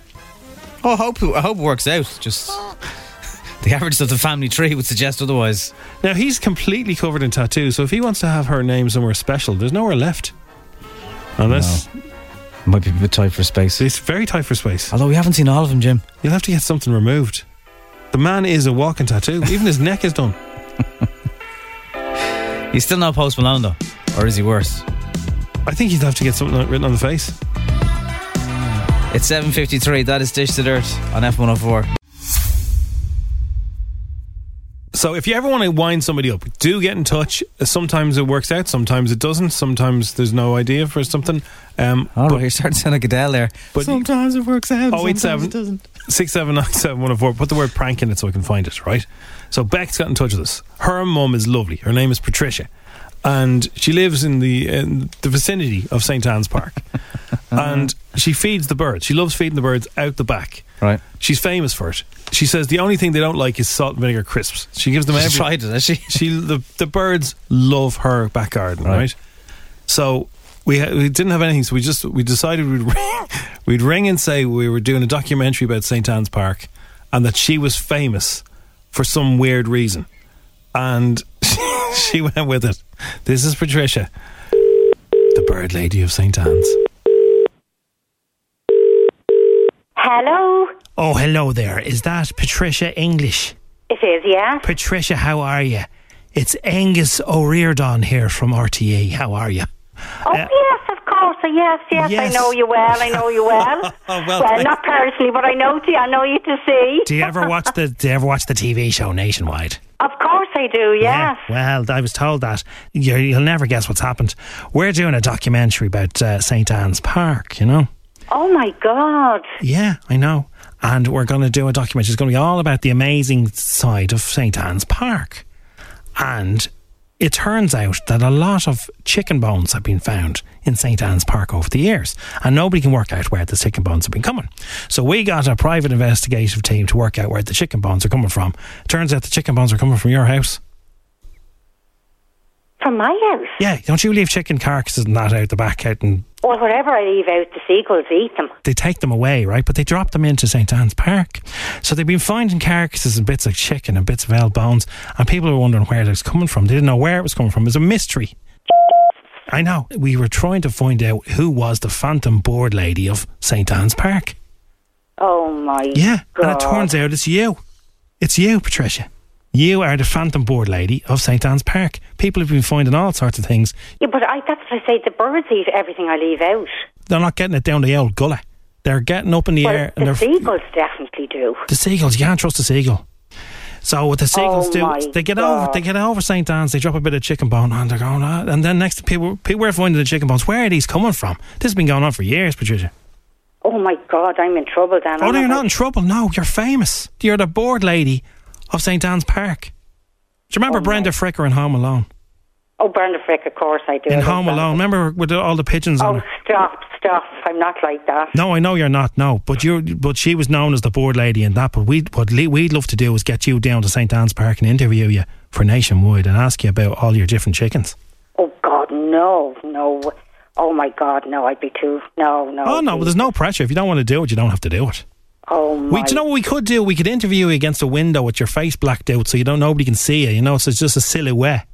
S3: Oh, I hope I hope it works out. Just the average of the family tree would suggest otherwise.
S16: Now he's completely covered in tattoos, so if he wants to have her name somewhere special, there's nowhere left. Unless
S3: might be a bit tight for space.
S16: It's very tight for space.
S3: Although we haven't seen all of them, Jim.
S16: You'll have to get something removed. The man is a walking tattoo. Even his neck is done.
S3: He's still not Post Malone though, or is he worse?
S16: I think he'd have to get something written on the face.
S3: It's seven fifty three. That is Dish to Dirt on F one hundred four.
S16: So if you ever want to wind somebody up, do get in touch. Sometimes it works out, sometimes it doesn't. Sometimes there's no idea for something. Um,
S3: Oh, you're starting to sound like Adele there.
S16: But
S3: sometimes it works out.
S16: Oh eight seven six seven nine seven one zero four. Put the word prank in it so I can find it. Right. So Beck's got in touch with us. Her mum is lovely. Her name is Patricia, and she lives in the in the vicinity of St Anne's
S3: [laughs]
S16: Park.
S3: Uh-huh.
S16: and she feeds the birds. She loves feeding the birds out the back.
S3: Right.
S16: She's famous for it. She says the only thing they don't like is salt and vinegar crisps. She gives them
S3: She's
S16: every.
S3: tried it, has she?
S16: She the the birds love her back garden, right?
S3: Right.
S16: So we ha- we didn't have anything, so we just we decided we'd [laughs] ring, we'd ring and say we were doing a documentary about St Anne's Park, and that she was famous for some weird reason, and [laughs] she went with it. This is Patricia, the bird lady of St Anne's.
S17: Hello,
S4: Oh, hello there. Is that Patricia English?
S17: it is, yeah?
S4: Patricia, how are you? It's Angus O'Riordan here from RTE. How are you?
S17: Oh, yes, of course, uh, yes, yes,
S4: Uh, yes. Oh,
S17: I know you well,
S4: [laughs]
S17: I know you well.
S4: Well, thank-
S17: not personally, but I know you, I know you to see.
S4: Do you ever watch the Do you ever watch the TV show Nationwide?
S17: Of course I do, yes.
S4: Well, I was told that you you'll never guess what's happened. We're doing a documentary about uh, St Anne's Park. You know.
S17: Oh my God.
S4: Yeah, I know. And we're going to do a documentary. It's going to be all about the amazing side of St. Anne's Park. And it turns out that a lot of chicken bones have been found in St. Anne's Park over the years. And nobody can work out where the chicken bones have been coming. So we got a private investigative team to work out where the chicken bones are coming from. turns out the chicken bones are coming from your house.
S17: From my house?
S4: Yeah, don't you leave chicken carcasses and that out the back out and
S17: Or wherever I leave out, the seagulls eat them.
S4: they take them away, right? But they drop them into St. Anne's Park. So they've been finding carcasses and bits of chicken and bits of old bones, and people were wondering where it was coming from. They didn't know where it was coming from. It was a mystery. I know. We were trying to find out who was the phantom board lady of St. Anne's Park.
S17: Oh my
S4: Yeah.
S17: God.
S4: And it turns out it's you. It's you, Patricia. You are the phantom board lady of St. Anne's Park. People have been finding all sorts of things.
S17: Yeah, but I, that's what I say, the birds eat everything I leave out.
S4: They're not getting it down the old gully. They're getting up in the
S17: well,
S4: air and
S17: the
S4: they're
S17: seagulls definitely do.
S4: The seagulls, you can't trust the seagull. So what the seagulls
S17: Oh
S4: do,
S17: my
S4: is they get
S17: God.
S4: over, they get over St. Anne's, they drop a bit of chicken bone on, they're going, ah, and then next people, people we're finding the chicken bones. Where are these coming from? This has been going on for years, Patricia.
S17: Oh my God, I'm in trouble then.
S4: oh,
S17: I'm
S4: no, you're not in trouble. No, you're famous. You're the board lady of St. Anne's Park. Do you remember Brenda Fricker in Home Alone?
S17: Oh, Brenda Frick, of course I do.
S4: in Home Alone, remember with all the pigeons on
S17: Oh,
S4: her?
S17: stop, stop. I'm not like that.
S4: No, I know you're not. No, but you, but she was known as the board lady in that. But we, what le- we'd love to do is get you down to St Anne's Park and interview you for Nationwide and ask you about all your different chickens.
S17: Oh God, no, no. Oh my God, no. I'd be too. No, no.
S4: Oh no, but there's no pressure. If you don't want to do it, you don't have to do it.
S17: Oh my.
S4: We, do you know what we could do? We could interview you against a window with your face blacked out, so you don't nobody can see you. You know, so it's just a silhouette.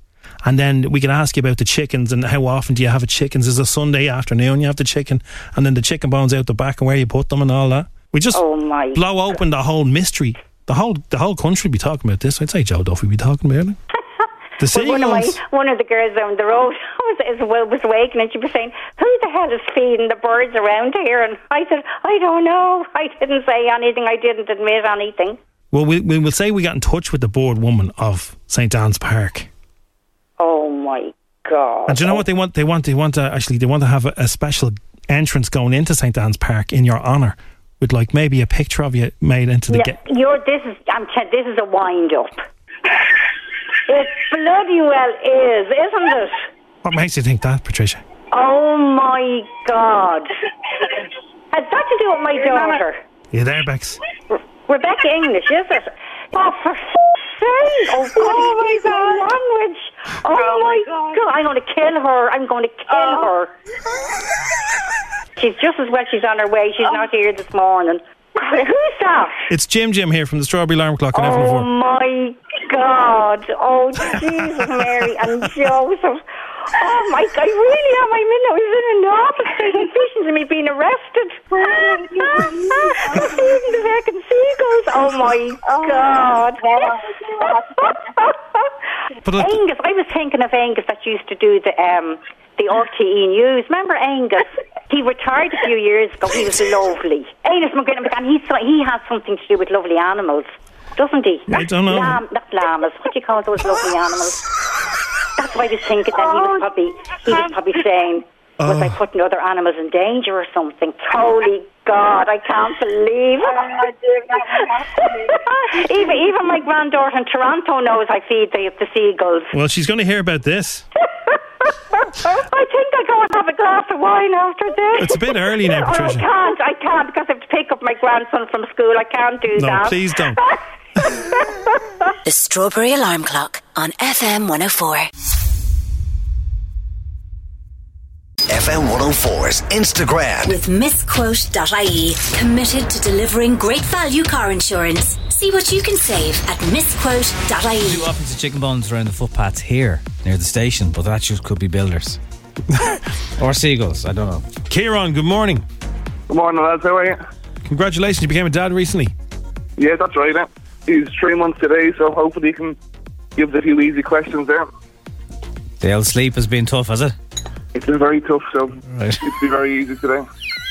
S18: And then we can ask you about the chickens and how often do you have a chickens? Is a Sunday afternoon you have the chicken, and then the chicken bones out the back and where you put them and all that. We just blow open the whole mystery. The whole the whole country be talking about this. I'd say Joe Duffy be talking about it. The E
S17: Well,
S18: city
S17: one, of my,
S18: wants-
S17: one of the girls down the road [laughs] was, is, well, was waking and she was saying, Who the hell is feeding the birds around here? And I said, I don't know. I didn't say anything. I didn't admit anything.
S18: Well, we, we will say we got in touch with the board woman of St. Anne's Park.
S17: Oh, my God.
S18: And do you know what they want? They want they want to actually they want to have a, a special entrance going into St Anne's Park in your honour, with like maybe a picture of you made into the
S17: Yeah,
S18: gate.
S17: you're, this, is, I'm, t- this is a wind up. it bloody well is, isn't it?
S18: What makes you think that, Patricia?
S17: Oh, my God. Has that to do with my daughter?
S18: You there, Bex?
S17: Rebecca English, is it? Oh, for f- sake! Oh, God, my God. language! Oh, my God. Oh. I'm going to kill her. I'm going to kill her. she's just as well she's on her way. She's not here this morning. Who's that?
S18: It's Jim Jim here from the Strawberry Alarm Clock on
S17: Oh,
S19: Um,
S18: F104.
S17: my God. Oh, Jesus, Mary and Joseph. Oh, my God. I really am. I'm in, I was in an office taking visions of me being arrested. [laughs] Even the fucking seagulls. Oh, my God. [laughs] Angus, I was thinking of Angus that used to do the um, the RTE News. Remember Angus? He retired a few years ago. He was lovely. Angus McGinnis, and he he has something to do with lovely animals, doesn't he?
S18: I don't know.
S17: Lam, not llamas. What do you call those lovely animals? That's why I was thinking that he was probably he was probably saying. Was I putting other animals in danger or something? Holy God, I can't believe it. even, even my granddaughter in Toronto knows I feed the, the seagulls.
S18: Well, she's going to hear about this.
S17: I think I go and have a glass of wine after this.
S18: It's a bit early now,
S17: Oh,
S18: Patricia.
S17: I can't. I can't because I have to pick up my grandson from school. I can't do that.
S18: No, please
S17: [laughs]
S18: don't.
S20: The Strawberry Alarm Clock on FM 104.
S2: FM 104's Instagram.
S20: With misquote.ie, E, committed to delivering great value car insurance. See what you can save at misquote.ie.
S3: Too often to chicken bones around the footpaths here near the station, but that just could
S16: [laughs]
S3: be builders or seagulls. I don't know.
S4: Kieran, good morning.
S19: Good morning, lads. How are you?
S4: Congratulations, you became a dad recently.
S19: Yeah, that's right. Eh? He's three months today, so hopefully he can give us a few easy questions there.
S3: Dale sleep has been tough, has it?
S19: It's been very tough, so
S3: Right.
S19: it's been very easy today.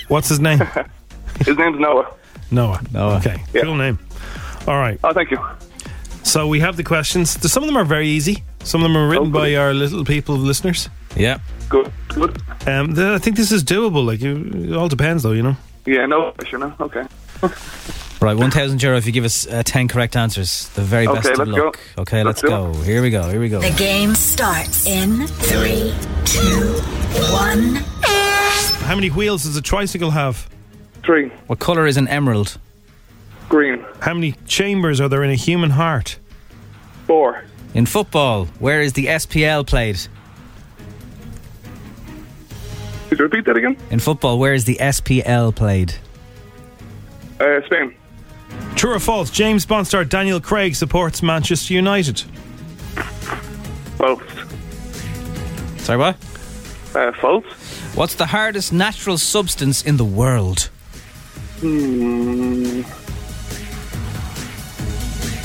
S18: What's his name?
S19: [laughs] His name's Noah.
S18: Noah. Noah. Okay. Cool name. All right.
S19: Oh, thank you.
S4: So we have the questions. The- Some of them are very easy. Some of them are written by our little people listeners.
S3: Yeah.
S19: Good. Good.
S4: Um, th- I think this is doable. Like you, it all depends, though. You know.
S19: Yeah, no question. eh? Okay.
S3: Right, 1,000 euro if you give us uh, 10 correct answers. The very
S19: Okay,
S3: best of
S19: let's
S3: luck.
S19: go.
S3: Okay, let's,
S19: Let's
S3: go.
S19: do
S3: Here we go. Here we go.
S20: The game starts in three, two, one.
S4: How many wheels does a tricycle have?
S19: Three.
S4: What color is an emerald?
S19: Green.
S4: How many chambers are there in a human heart?
S19: Four.
S3: In football, where is the SPL played?
S19: Could you repeat that again?
S3: In football, where is the SPL played?
S19: Uh, Spain.
S4: True or false? James Bond star Daniel Craig supports Manchester United.
S19: False.
S3: Sorry, what?
S19: Uh, false.
S3: What's the hardest natural substance in the world?
S19: Hmm.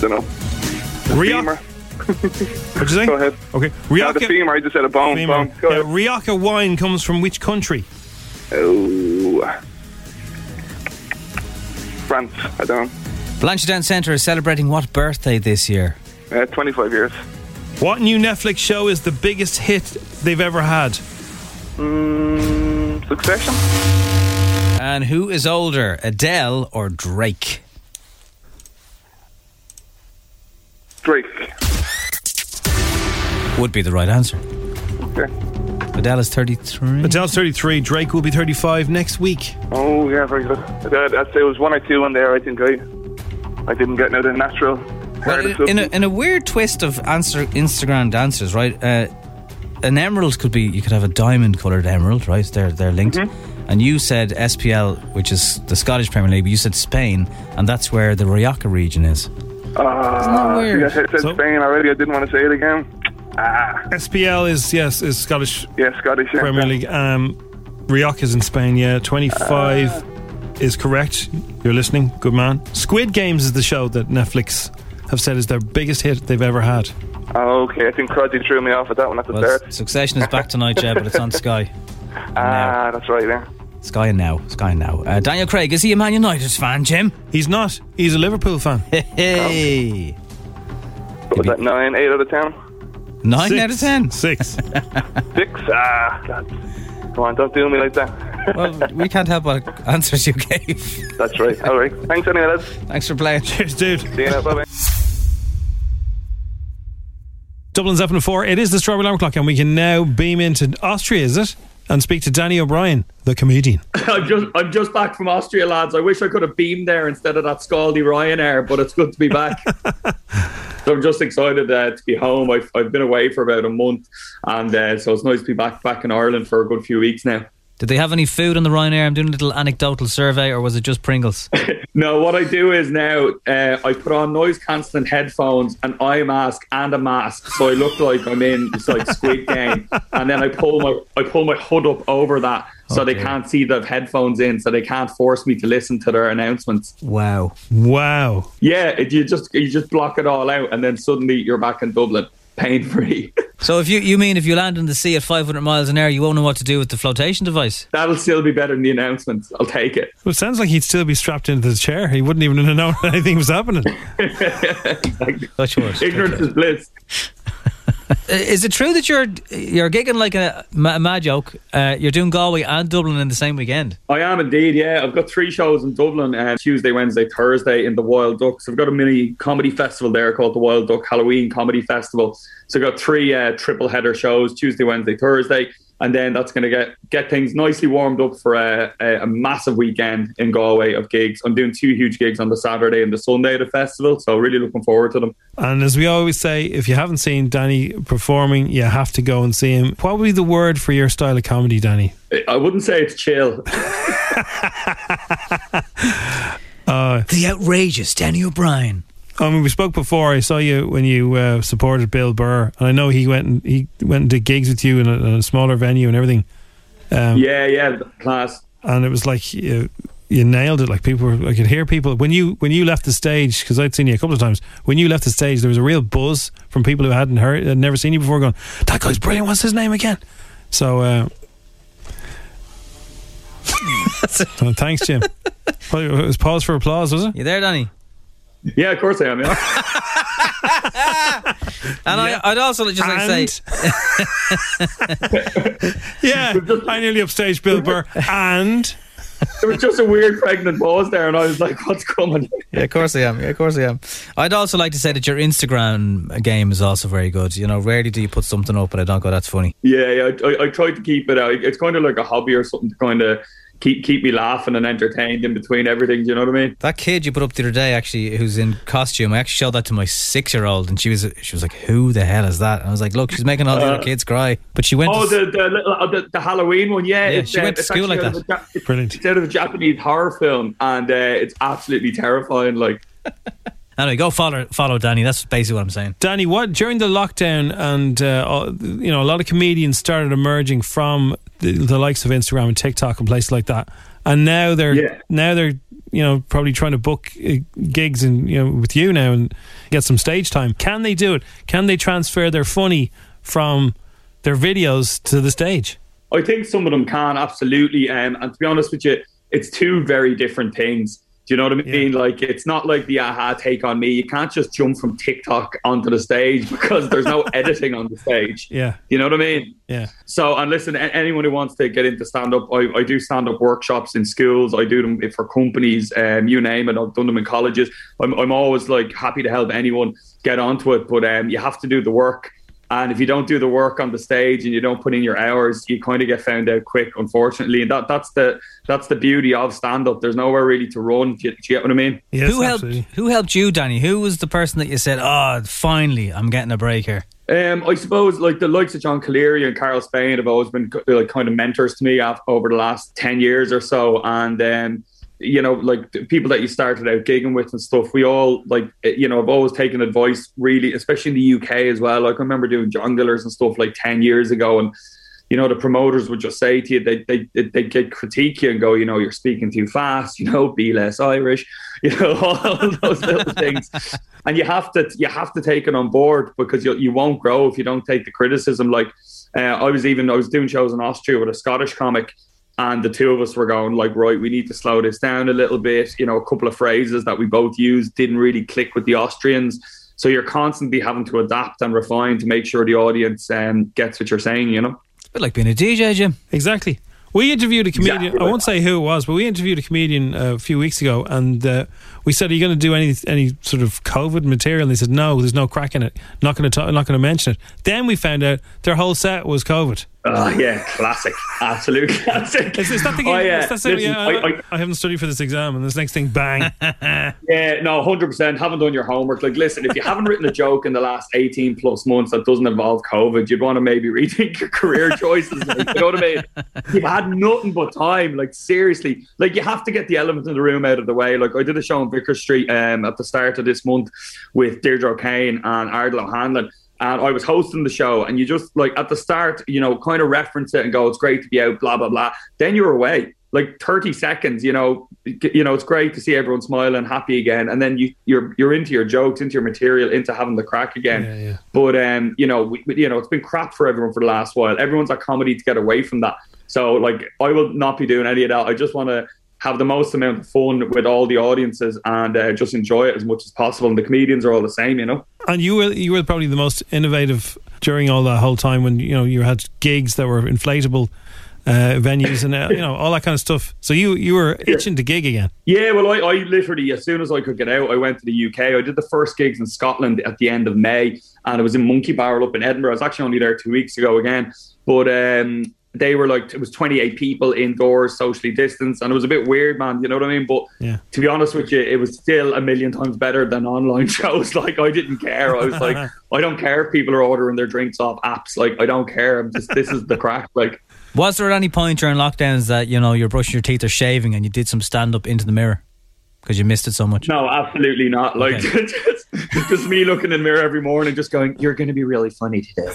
S19: Don't know.
S4: Rioja. [laughs] What'd you say? Go ahead. Okay.
S19: No, the femur. I just said a bone.
S4: Femur.
S19: Bone. Go
S4: Yeah,
S19: ahead.
S4: Rioja wine comes from which country?
S19: Oh. France. I don't
S3: Blanchedown Centre is celebrating what birthday this year?
S19: know. Uh, 25 years.
S4: What new Netflix show is the biggest hit they've ever had?
S19: Mm, succession.
S3: And who is older, Adele or Drake?
S19: Drake.
S3: Would be the right answer.
S19: Okay.
S3: Adele is 33.
S4: Adele's 33. Drake will be 35 next week.
S19: Oh, yeah, very good. I'd, I'd say there was one or two in there. I think I, I didn't get no the natural. hard of
S3: In a,
S19: substance.
S3: in a weird twist of answer Instagram dancers, right? Uh, an emerald could be you could have a diamond coloured emerald, right? They're they're linked.
S19: Mm-hmm.
S3: And you said SPL, which is the Scottish Premier League, but you said Spain, and that's where the Rioja region is.
S19: Uh, Ah, see, I said Spain already. I didn't want to say it again.
S4: SPL is yes is Scottish.
S19: Yeah, Scottish yeah.
S4: Premier League. Um, Rioch is in Spain. Yeah, twenty five is correct. You're listening, good man. Squid Games is the show that Netflix have said is their biggest hit they've ever had.
S19: Oh, okay. I think Cruddy threw me off at that one at the
S3: Well,
S19: start.
S3: Succession is back tonight, yeah, but it's on Sky.
S19: [laughs] Ah, that's right. Yeah.
S3: Sky and now, Sky and now. Uh, Daniel Craig, is he a Man United fan, Jim?
S4: He's not. He's a Liverpool fan.
S3: [laughs] Hey,
S19: What was that? Nine, eight out of ten.
S3: nine
S19: Six.
S3: out of ten.
S4: Six.
S19: Six. Ah, God. Come on, don't do me like that.
S3: well, [laughs] we can't help but answers you
S19: [laughs]
S3: gave.
S19: That's right. All right. Thanks anyway, lads.
S3: Thanks for playing. [laughs]
S4: Cheers, dude.
S19: See you now. Bye bye.
S4: Dublin's up and oh four. It is the Strawberry Alarm Clock, and we can now beam into Austria, is it? And speak to Danny O'Brien, the comedian.
S21: [laughs] I'm just I'm just back from Austria, lads. I wish I could have beamed there instead of that scaldy Ryanair, but it's good to be
S3: [laughs]
S21: back. So I'm just excited uh, to be home. I've, I've been away for about a month, and uh, so it's nice to be back back in Ireland for a good few weeks now.
S3: Did they have any food on the Ryanair? I'm doing a little anecdotal survey, or was it
S21: [laughs]
S3: just Pringles?
S21: No, what I do is now uh, I put on noise cancelling headphones, an eye mask, and a mask, so I look like I'm in it's like Squid Game, and then I pull my I pull my hood up over that so they
S3: Okay.
S21: can't see the headphones in, so they can't force me to listen to their announcements.
S3: wow.
S4: Wow.
S21: Yeah, it, you just you just block it all out, and then suddenly you're back in Dublin, pain [laughs] free.
S3: So if you you mean if you land in the sea at 500 miles an hour, you won't know what to do with the flotation device?
S21: That'll still be better than the announcements. I'll take
S3: [laughs]
S21: it.
S4: Well, it sounds like he'd still be strapped into the chair. He wouldn't even have known [laughs] anything was happening.
S3: That's yours.
S21: Ignorance is bliss.
S3: Is it true that you're you're gigging like a ma- mad joke? Uh, you're doing Galway and Dublin in the same weekend.
S21: I am indeed, yeah. I've got three shows in Dublin uh, Tuesday, Wednesday, Thursday in the Wild Ducks. I've got a mini comedy festival there called the Wild Duck Halloween Comedy Festival. So I've got three uh, triple header shows Tuesday, Wednesday, Thursday. And then that's going to get, get things nicely warmed up for a, a, a massive weekend in Galway of gigs. I'm doing two huge gigs on the Saturday and the Sunday at the festival. So really looking forward to them.
S4: And as we always say, if you haven't seen Danny performing, you have to go and see him. What would be the word for your style of comedy, Danny?
S21: I- I wouldn't say it's chill.
S4: Uh,
S3: the outrageous Danny O'Brien.
S4: I mean, we spoke before. I saw you when you uh, supported Bill Burr, and I know he went and he went and did gigs with you in a, in a smaller venue and everything. Um,
S21: yeah, yeah, class.
S4: and it was like you, you nailed it. Like people, were, I could hear people when you when you left the stage because I'd seen you a couple of times. When you left the stage, there was a real buzz from people who hadn't heard, had never seen you before, going, "That guy's brilliant. What's his name again?" So,
S3: [laughs]
S4: uh, well, thanks, Jim. Well, it was pause for applause, was it?
S3: You there, Danny?
S21: Yeah, of course I am. Yeah.
S3: [laughs] And I, I'd also just like to say,
S4: [laughs] Yeah, I nearly upstaged Bill Burr,
S21: [laughs]
S4: and
S21: there was just a weird pregnant pause there, and I was like, what's coming?
S3: yeah, of course I am. Yeah, of course I am. [laughs] I'd also like to say that your Instagram game is also very good. You know, rarely do you put something up and I don't go, "That's funny."
S21: Yeah, yeah. I, I, I try to keep it out. It's kind of like a hobby or something to kind of keep keep me laughing and entertained in between everything. Do you know what I mean?
S3: That kid you put up the other day, actually, who's in costume, I actually showed that to my six-year-old, and she was she was like, "Who the hell is that?" And I was like, "Look, she's making all the other
S21: Uh,
S3: kids cry." But she went.
S21: oh,
S3: to,
S21: the the, little, uh, the the Halloween one. Yeah,
S3: Yeah, she went to
S21: it's
S3: school
S21: actually
S3: like
S21: out of
S3: that.
S21: a Ja-
S4: Brilliant.
S21: It's out of a Japanese horror film, and uh, it's absolutely terrifying. Like,
S3: Anyway, go follow follow Danny. That's basically what I'm saying.
S4: Danny, what during the lockdown and uh, all- you know a lot of comedians started emerging from the, the likes of Instagram and TikTok and places like that, and now they're
S21: Yeah.
S4: now they're you know probably trying to book uh, gigs and you know with you now and get some stage time. Can they do it? Can they transfer their funny from their videos to the stage?
S21: I think some of them can absolutely. Um, and to be honest with you, it's two very different things. Do you know what I mean? Like, it's not like the aha take on me. You can't just jump from TikTok onto the stage [laughs] because there's no editing on the stage.
S4: Yeah,
S21: You know what I mean?
S4: yeah.
S21: So, and listen, a- anyone who wants to get into stand up, I, I do stand up workshops in schools. I do them for companies, um, you name it. I've done them in colleges. I'm, I'm always like happy to help anyone get onto it, but um, you have to do the work. And if you don't do the work on the stage and you don't put in your hours, you kind of get found out quick, unfortunately. And that, that's the that's the beauty of stand up. There's nowhere really to run. Do you, do you get what I mean?
S3: who helped? Who helped you, Danny? Who was the person that you said, "Oh, finally, I'm getting a break here"?
S21: Um, I suppose like the likes of John Caleri and Carl Spain have always been like kind of mentors to me af- over the last ten years or so, and um, you know, like the people that you started out gigging with and stuff, we all like, eh, you know, I've always taken advice really, especially in the UK as well. Like I remember doing jonglers and stuff like 10 years ago and, you know, the promoters would just say to you, they, they, they they'd get critique you and go, you know, you're speaking too fast, [laughs] you know, be less Irish, [laughs] you know, all those little things. And you have to, you have to take it on board because you, you won't grow if you don't take the criticism. Like uh, I was even, I was doing shows in Austria with a Scottish comic and the two of us were going like right we need to slow this down a little bit you know a couple of phrases that we both used didn't really click with the austrians so you're constantly having to adapt and refine to make sure the audience um, gets what you're saying you know
S22: a bit like being a DJ, Jim.
S4: Exactly. We interviewed a comedian.
S21: Exactly.
S4: I won't say who it was, but we interviewed a comedian uh, a few weeks ago, and uh, we said, "Are you going to do any any sort of COVID material?" And they said, "No, there's no crack in it. Not going to not going to mention it." Then we found out their whole set was COVID.
S21: oh yeah classic absolute [laughs] classic
S4: It's, it's that thing.
S21: Oh, yeah.
S4: it's that thing,
S21: Listen,
S4: yeah, uh,
S21: I-
S4: I,
S21: I-
S4: I haven't studied for this exam, and this next
S22: [laughs]
S4: thing, bang.
S21: [laughs] Yeah, no, hundred percent. Haven't done your homework. Like, listen, if you haven't written a joke in the last eighteen plus months that doesn't involve COVID, you'd want to maybe rethink your career choices. like, you know what I mean? You've had nothing but time. Like, seriously, like you have to get the elephant in the room out of the way. Like, I did a show on Vicker Street um, at the start of this month with Deirdre O'Kane and Ardlo Hanlon. And I was hosting the show, and you just like at the start, you know, kind of reference it and go, "It's great to be out," blah blah blah. Then you're away like 30 seconds you know you know it's great to see everyone smiling happy again and then you you're you're into your jokes into your material into having the crack again but um you know we, we- you know it's been crap for everyone for the last while everyone's at comedy to get away from that so like i will not be doing any of that i just want to have the most amount of fun with all the audiences and uh, just enjoy it as much as possible and the comedians are all the same you know
S4: And you were you were probably the most innovative during all that whole time when you know you had gigs that were inflatable uh, venues and uh, you know all that kind of stuff. So you you were itching to gig again.
S21: Yeah, well, I, I literally, as soon as I could get out, I went to the UK. I did the first gigs in Scotland at the end of May, and it was in Monkey Barrel up in Edinburgh. I was actually only there two weeks ago again, but um, they were like, it was 28 people indoors, socially distanced, and it was a bit weird, man. You know what I mean? But
S4: Yeah.
S21: to be honest with you, it was still a million times better than online [laughs] shows. Like, I didn't care. I was like, I don't care if people are ordering their drinks off apps. Like, I don't care. I'm just, this is the crack. Like,
S22: Was there at any point during lockdowns that you know you're brushing your teeth or shaving and you did some stand up into the mirror because you missed it so much?
S21: No, absolutely not. Like
S22: Okay.
S21: [laughs] just, just me looking in the mirror every morning, just going, "You're going to be really funny today."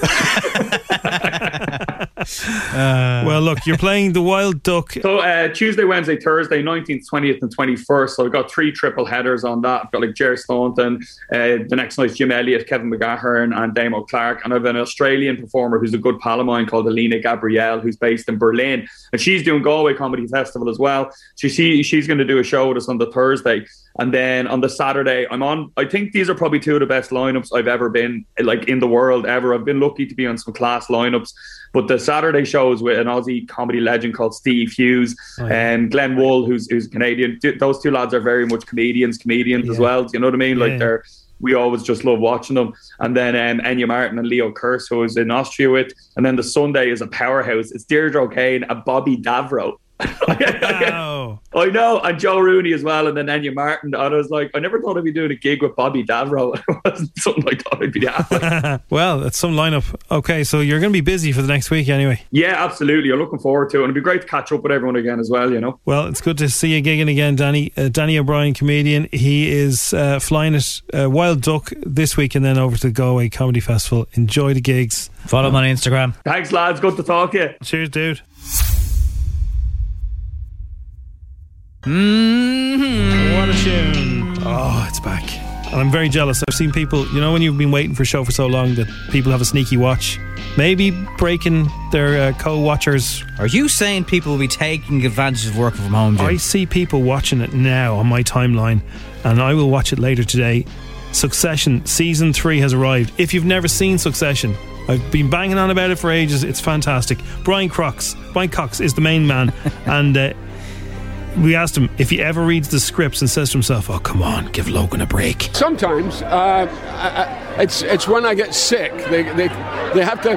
S4: well, look, you're playing the Wild Duck.
S21: So uh, Tuesday, Wednesday, Thursday, nineteenth, twentieth, and twenty-first. So I've got three triple headers on that. I've got like Jerry Staunton, uh, the next night's Jim Elliott, Kevin McGahern, and Damo Clark. And I've an Australian performer who's a good pal of mine called Alina Gabrielle, who's based in Berlin, and she's doing Galway Comedy Festival as well. So she she's going to do a show with us on the Thursday. And then on the Saturday, I'm on. I think these are probably two of the best lineups I've ever been like in the world ever. I've been lucky to be on some class lineups, but the Saturday show is with an Aussie comedy legend called Steve Hughes
S23: Oh,
S21: and
S23: yeah.
S21: Glenn Wool, who's who's Canadian. Th- Those two lads are very much comedians, comedians as well. Do you know what I mean? Like
S23: Yeah.
S21: they're we always just love watching them. And then um, Enya Martin and Leo Kurz, who I was in Austria with. And then the Sunday is a powerhouse. It's Deirdre O'Kane and Bobby Davro. I know, and Joe Rooney as well, and then Enya Martin. And I was like, I never thought I'd be doing a gig with Bobby Davro. [laughs] It wasn't something I thought I'd be doing.
S4: [laughs] well, that's some lineup. Okay, so you're going to be busy for the next week anyway.
S21: Yeah, absolutely. I'm looking forward to it. And it'd be great to catch up with everyone again as well, you know.
S4: Well, it's good to see you gigging again, Danny. Uh, Danny O'Brien, comedian. He is uh, flying at uh, Wild Duck this week and then over to the Galway Comedy Festival. Enjoy the gigs.
S22: Follow him on Instagram.
S21: Thanks, lads. Good to talk to you.
S4: Cheers, dude. What a tune. Oh, it's back. And I'm very jealous. I've seen people, you know, when you've been waiting for a show for so long that people have a sneaky watch, maybe breaking their uh, co watchers.
S22: Are you saying people will be taking advantage of working from home, Jim?
S4: I see people watching it now on my timeline, and I will watch it later today. Succession season three has arrived. If you've never seen Succession, I've been banging on about it for ages. It's fantastic. Brian Cox, Brian Cox is the main
S22: [laughs]
S4: man, and uh, we asked him if he ever reads the scripts and says to himself, "Oh, come on, give Logan a break."
S11: Sometimes uh, I, I, it's it's when I get sick. They, they they have to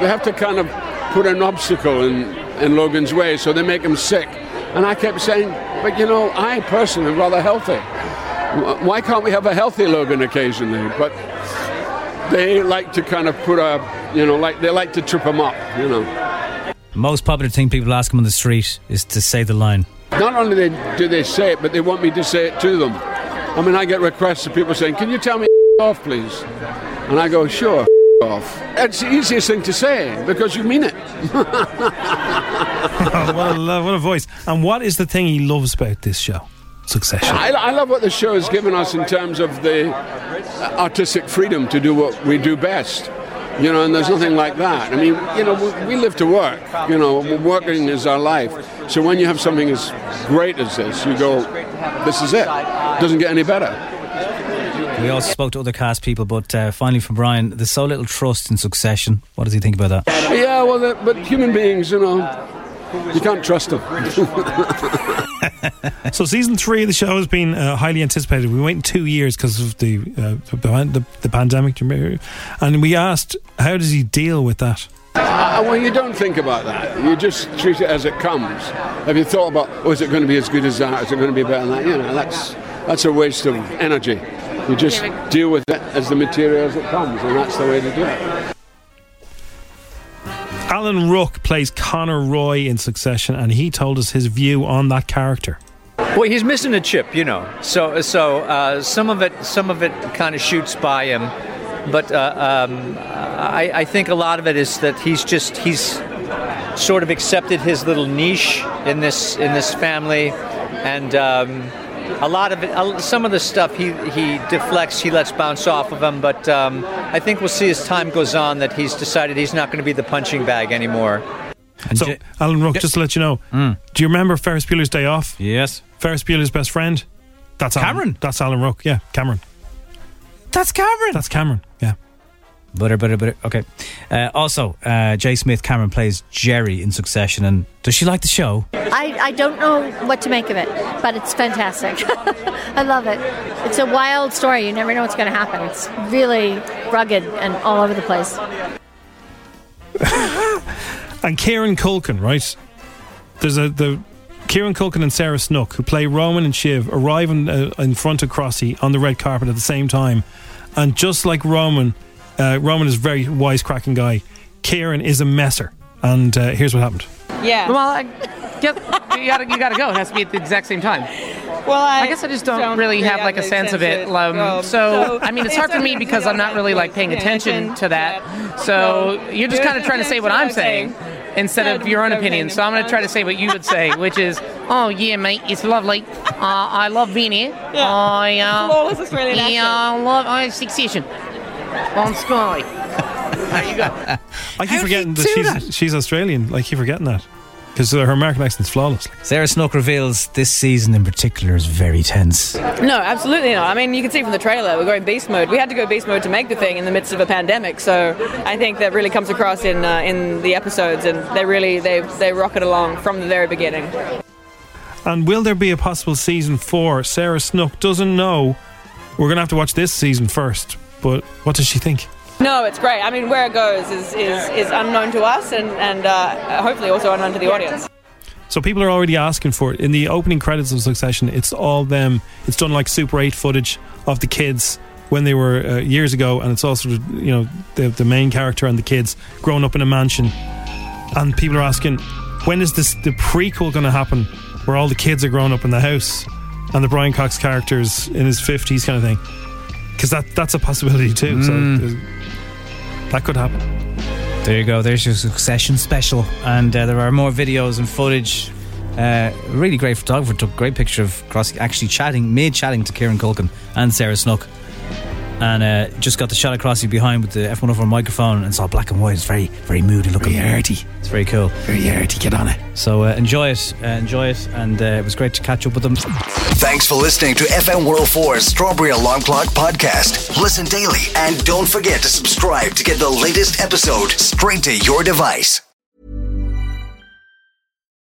S11: they have to kind of put an obstacle in in Logan's way, so they make him sick. And I kept saying, but you know, I personally am rather healthy. Wh- Why can't we have a healthy Logan occasionally? But they like to kind of put a you know like they like to trip him up, you know.
S22: The most popular thing people ask him on the street is to say the line,
S11: Not only they, do they say it, but they want me to say it to them. I mean, I get requests of people saying, "Can you tell me [laughs] off, please?" And I go, "Sure, [laughs] off." That's the easiest thing to say because you mean it. [laughs]
S24: well, uh, what a voice.
S4: And what is the thing he loves about this show? Succession. [laughs]
S11: I, I love what the show has given us in terms of the artistic freedom to do what we do best. You know, and there's nothing like that. I mean, you know, we, we live to work. You know, working is our life. So when you have something as great as this, you go, this is it. Doesn't get any better.
S3: We also spoke to other cast people, but uh, finally from Brian, there's so little trust in Succession. What does he think about that?
S11: Yeah, well, the- but human beings, you know, you can't trust them. [laughs]
S4: so season three of the show has been uh, highly anticipated. We waited two years because of the, uh, the pan- the the pandemic, do you remember? and we asked how does he deal with that.
S11: Uh, well, you don't think about that. You just treat it as it comes. Have you thought about, oh, is it going to be as good as that? Is it going to be better than that? You know, that's, that's a waste of energy. You just deal with it as the material as it comes, and that's the way to do it.
S4: Alan Rook plays Connor Roy in Succession, and he told us his view on that character.
S23: Well, he's missing a chip, you know. So, so uh, some of it, some of it kind of shoots by him, but uh, um, I, I think a lot of it is that he's just he's sort of accepted his little niche in this in this family, and um, a lot of it, a- some of the stuff he he deflects, he lets bounce off of him. But um, I think we'll see as time goes on that he's decided he's not going to be the punching bag anymore.
S4: so, Alan Rook, just to let you know, do you remember Ferris Bueller's Day Off?
S3: Yes.
S4: Ferris Bueller's best friend. That's Alan, Cameron. That's Alan Rook. Yeah, Cameron.
S3: That's Cameron.
S4: That's Cameron. Yeah.
S3: Butter, butter, butter. Okay. Uh, also, uh, Jay Smith Cameron plays Jerry in Succession, and does she like the show?
S25: I, I don't know what to make of it, but it's fantastic. [laughs] I love it. It's a wild story. You never know what's going to happen. It's really rugged and all over the place.
S4: And Kieran Culkin, right? There's a the Kieran Culkin and Sarah Snook who play Roman and Shiv arrive in, uh, in front of Crossy on the red carpet at the same time, and just like Roman, uh, Roman is a very wisecracking guy. Kieran is a messer, and uh, here's what happened.
S26: Yeah. Well, I guess you gotta you gotta go. It has to be at the exact same time. Well, I, guess I just don't, really have like a sense of it. Um, so, I mean, it's hard for me because I'm not really like paying attention to that. So you're just kind of trying to say what I'm saying instead of your own opinion. So I'm gonna try to say what you would say, which is, oh yeah, mate, it's lovely. Uh, I love being here. I uh, [laughs]
S27: Flawless Australian accent.
S26: Yeah, I love I Succession on Sky. there you go.
S4: I keep forgetting that she's she's Australian. I keep forgetting that because uh, her American accent's flawless.
S3: Sarah Snook reveals this season in particular is very tense.
S27: No, absolutely not. I mean, you can see from the trailer, we're going beast mode. We had to go beast mode to make the thing in the midst of a pandemic, so I think that really comes across in uh, in the episodes, and they really they they rock it along from the very beginning.
S4: And will there be a possible season four? Sarah Snook doesn't know. We're going to have to watch this season first. But what does she think?
S27: No, it's great. I mean, where it goes is is, is unknown to us, and and uh, hopefully also unknown to the audience.
S4: So people are already asking for it. In the opening credits of Succession, it's all them. It's done like Super 8 footage of the kids when they were uh, years ago, and it's also you know the the main character and the kids growing up in a mansion. And people are asking, when is this the prequel going to happen, where all the kids are growing up in the house, and the Brian Cox character is in his fifties, kind of thing? Because that that's a possibility too.
S3: Mm.
S4: So there's- that could happen.
S3: There you go. There's your Succession special, and uh, there are more videos and footage. Uh, really great photographer took a great picture of Cross actually chatting, mid chatting to Kieran Culkin and Sarah Snook, and uh, just got the shot of Crossy behind with the F one over microphone, and it's all black and white. It's very, very moody looking. Very arty. It's very cool. Very arty. Get on it. So uh, enjoy it, uh, enjoy it, and uh, it was great to catch up with them.
S2: Thanks for listening to FM 104's Strawberry Alarm Clock podcast. Listen daily and don't forget to subscribe to get the latest episode straight to your device.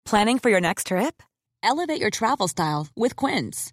S28: Planning for your next trip? Elevate your travel style with Quince.